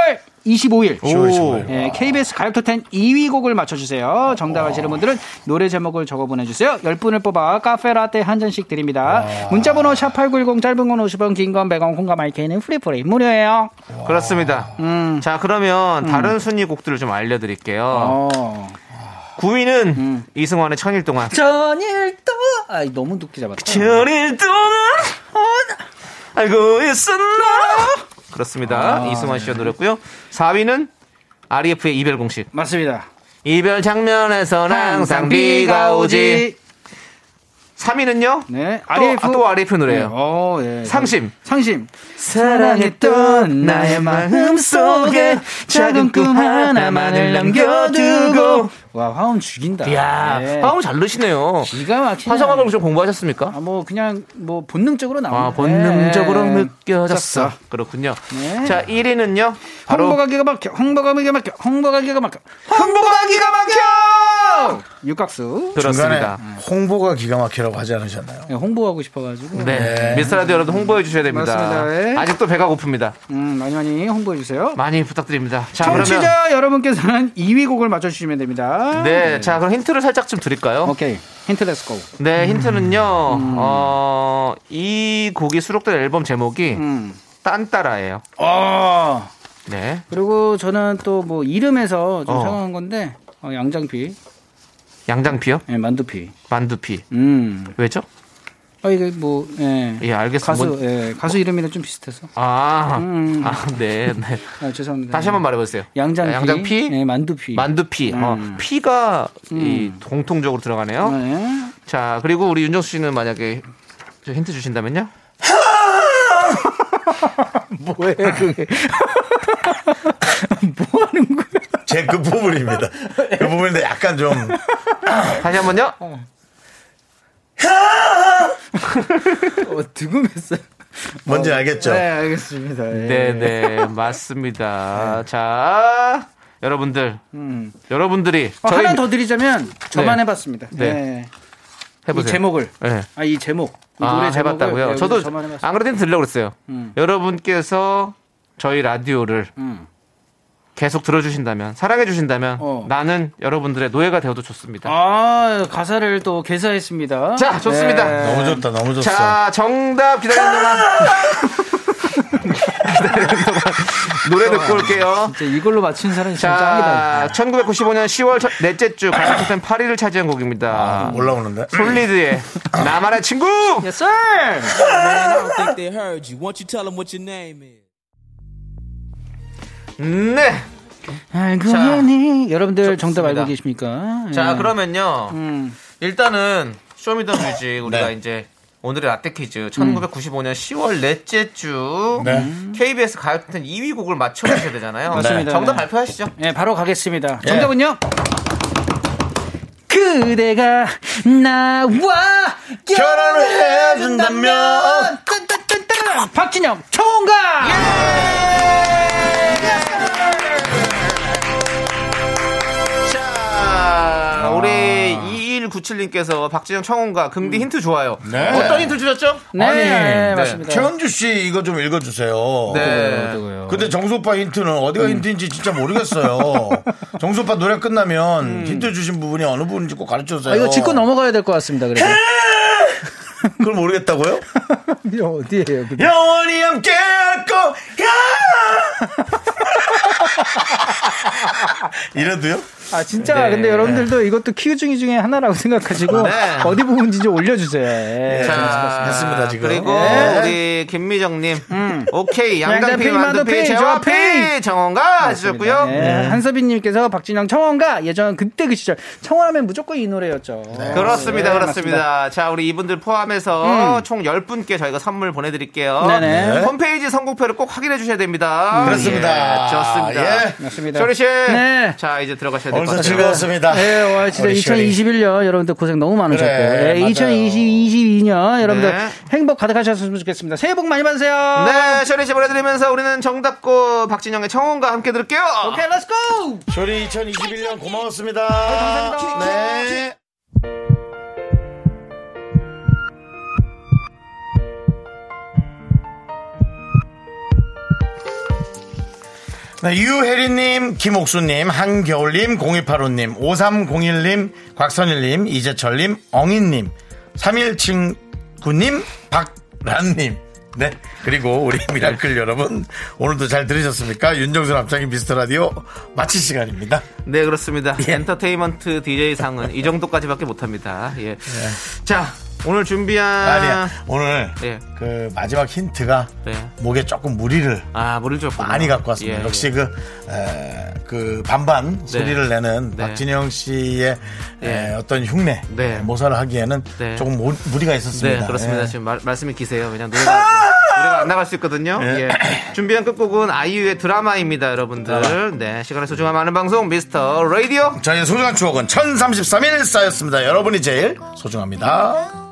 25일.
오. 10월 15일.
예, KBS 가요토텐 2위 곡을 맞춰주세요. 정답 아시는 분들은 노래 제목을 적어 보내주세요. 10분을 뽑아 카페라떼 한 잔씩 드립니다.
아.
문자번호 샵8910 짧은 건 50원, 긴 건 100원, 콩과 마이크는 프리프리 무료예요.
그렇습니다. 자, 그러면 다른 순위 곡들을 좀 알려드릴게요.
어.
9위는
음.
이승환의 천일 동안.
전일도 아 너무 늦게 잡았다.
천일 동안 알고 있었나? 그렇습니다.
아,
이승환
네.
씨의 노래고요. 4위는 RF의 이별 공식.
맞습니다.
이별 장면에선 항상 비가 오지. 3위는요?
네.
또, RF. 아, 또 RF 노래예요.
네, 어, 예.
상심.
상심. 사랑했던 나의 마음 속에 작은 꿈 하나만을 남겨두고. 와, 화음 죽인다.
이야,
네.
화음 잘 넣으시네요.
기가 막히네.
화성학을 좀 공부하셨습니까?
아, 뭐, 그냥, 뭐, 본능적으로 예. 나오는
아, 본능적으로 네.
그
느껴졌어. 그렇군요.
네.
자, 1위는요? 바로
홍보가 기가 막혀, 홍보가 기가 막혀, 홍보가 기가 막혀, 홍보가 기가 막혀!
중간에
육각수.
그렇습니다.
홍보가 기가 막히라고 하지 않으셨나요?
네, 홍보하고 싶어가지고.
네. 미스터라디오 여러분 홍보해 주셔야 됩니다.
맞습니다. 예.
아직도 배가 고픕니다.
음, 많이 많이 홍보해주세요.
많이 부탁드립니다. 자, 그러면.
청취자 여러분께서는 2위 곡을 맞춰주시면 됩니다.
네, 자, 그럼 힌트를 살짝 좀 드릴까요?
오케이. 힌트 렛츠고.
네, 힌트는요,
음.
어, 이 곡이 수록된 앨범 제목이
음.
딴따라예요.
어.
네.
그리고 저는 또 뭐 이름에서 좀
어.
생각한 건데 어, 양장피,
양장피요?
예, 만두피.
만두피.
음.
왜죠?
아 이게 뭐 예.
예, 알겠습니다.
가수
뭔-
예, 가수 이름이랑 좀 비슷해서.
아,
음.
아 네, 네.
아, 죄송합니다.
다시 한번 말해보세요. 아,
양장피.
양장피,
예, 만두피. 음.
만두피. 어, 피가 이 공통적으로 들어가네요.
네.
자, 그리고 우리 윤정수 씨는 만약에 저 힌트 주신다면요?
뭐 하는 거야?
제 그
[LAUGHS]
부분입니다. 그 부분인데 약간 좀
다시 한번요?
어, 두근했어요.
뭔지 알겠죠?
네, 알겠습니다. 예.
네, [LAUGHS] 네, 맞습니다. 자, 여러분들,
네. 음.
여러분들이
어,
저희
하나 더 드리자면 저만
네.
해봤습니다.
네.
네. 이
해보세요.
제목을.
네.
아, 이 제목. 이
아,
노래 제목을
해봤다고요?
네,
저도 아.
저만 해봤어요.
안 그래도 들려고 그랬어요.
음.
여러분께서 저희 라디오를
음.
계속 들어주신다면, 사랑해주신다면,
어.
나는 여러분들의 노예가 되어도 좋습니다.
아, 가사를 또 개사했습니다. 네.
자, 좋습니다.
너무 좋다, 너무 좋어
자, 정답
[LAUGHS]
기다리는 동안. 기다리는 동안. 노래 듣고 올게요.
진짜 이걸로 맞힌 사람이 진짜
자,
짱이다.
1995년 10월 첫- 넷째 주 가요톱텐 8위를 차지한
아,
곡입니다.
올라오는데.
솔리드의 나만의 친구!
Yes, sir!
think they heard you. Won't you tell them what your name is?
네.
알고
자,
있니? 여러분들 정답
좋습니다.
알고 계십니까? 예.
자, 그러면요.
음,
일단은 쇼미더뮤직 우리가
네.
이제 오늘의 라떼 퀴즈 1995년 10월 넷째 주
네.
KBS 가요톱텐 2위 곡을 맞춰주셔야 되잖아요.
맞습니다.
정답
네.
발표하시죠.
예, 바로 가겠습니다.
예.
정답은요? 그대가 나와
결혼을 해준다면.
딴딴딴딴! 박진영 총각!
예!
자, 우리 2197님께서 아, 박진영 청혼과 금디 힌트 좋아요.
네.
어떤 힌트 주셨죠?
네,
아니, 네.
맞습니다.
최현주 씨 이거 좀 읽어주세요.
네.
근데 정수 오빠 힌트는
음.
어디가 힌트인지 진짜
[LAUGHS]
모르겠어요. 정수 오빠 노래 끝나면 힌트 주신 부분이 어느 부분인지 꼭 가르쳐 주세요.
음. 아, 이거 짚고 넘어가야 될 것 같습니다. 그래서
[LAUGHS] 그걸 모르겠다고요? 네. [LAUGHS]
어디에요?
영원히 함께 할 거야! [LAUGHS] 이래도요?
아 진짜
네.
근데 여러분들도 이것도 키우 중이 중에 하나라고 생각하시고
네.
어디 부분인지 좀 올려주세요. 예.
자,
됐습니다, 지금.
그리고
예.
우리 김미정님, 오케이 양강피
양강피,
만두피
만두피,
재화피
조합피!
정원가 해주셨고요.
예, 한서빈님께서 박진영 청원가 예전 그때 그 시절 청원하면 무조건 이 노래였죠.
네. 그렇습니다,
예,
그렇습니다.
맞습니다.
자, 우리 이분들 포함해서 총 10분께 저희가 선물 보내드릴게요. 예.
네.
네네.
홈페이지 선곡표를 꼭 확인해 주셔야 됩니다.
그렇습니다.
예, 좋습니다.
예.
맞습니다.
쇼리 씨.
네.
자, 이제 들어가셔야 될 것
오늘도
같아요.
즐거웠습니다.
예, 와, 진짜
우리 시원이.
2021년 여러분들 고생 너무 많으셨고,
그래,
예,
맞아요.
2022년 여러분들
네.
행복 가득하셨으면 좋겠습니다. 새해 복 많이 받으세요.
네, 쇼리 씨 보내드리면서 우리는 정답고 박진영의 청혼과 함께 들을게요.
오케이, 렛츠고!
조리 2021년 고마웠습니다.
네, 감사합니다.
네. 네, 유혜리님, 김옥수님, 한겨울님, 0285님, 5301님, 곽선일님, 이재철님, 엉인님, 31친구님, 박란님. 네. 그리고 우리 미라클 여러분, 오늘도 잘 들으셨습니까? 윤정수 남창희 미스터 라디오 마칠 시간입니다.
네, 그렇습니다.
예.
엔터테인먼트 DJ 상은 이 정도까지밖에 못합니다. 예. 자, 오늘 준비한
아니야. 오늘
예.
그 마지막 힌트가
네.
목에 조금 무리를
아, 물을 예. 좀
많이 갖고 왔습니다. 역시 그, 에, 그 반반 소리를 내는
네.
박진영 씨의
예.
에, 어떤 흉내
네.
에, 모사를 하기에는
네.
조금 모- 무리가 있었습니다.
네, 그렇습니다.
예.
지금 말, 말씀이 기세요. 왜냐 노래가 노래가 안 나갈 수 있거든요.
예.
예. 준비한 끝곡은 아이유의 드라마입니다, 여러분들. 네, 시간의 소중함 많은 방송 미스터 라디오.
저희의 소중한 추억은 1033일 쌓였습니다. 여러분이 제일 소중합니다.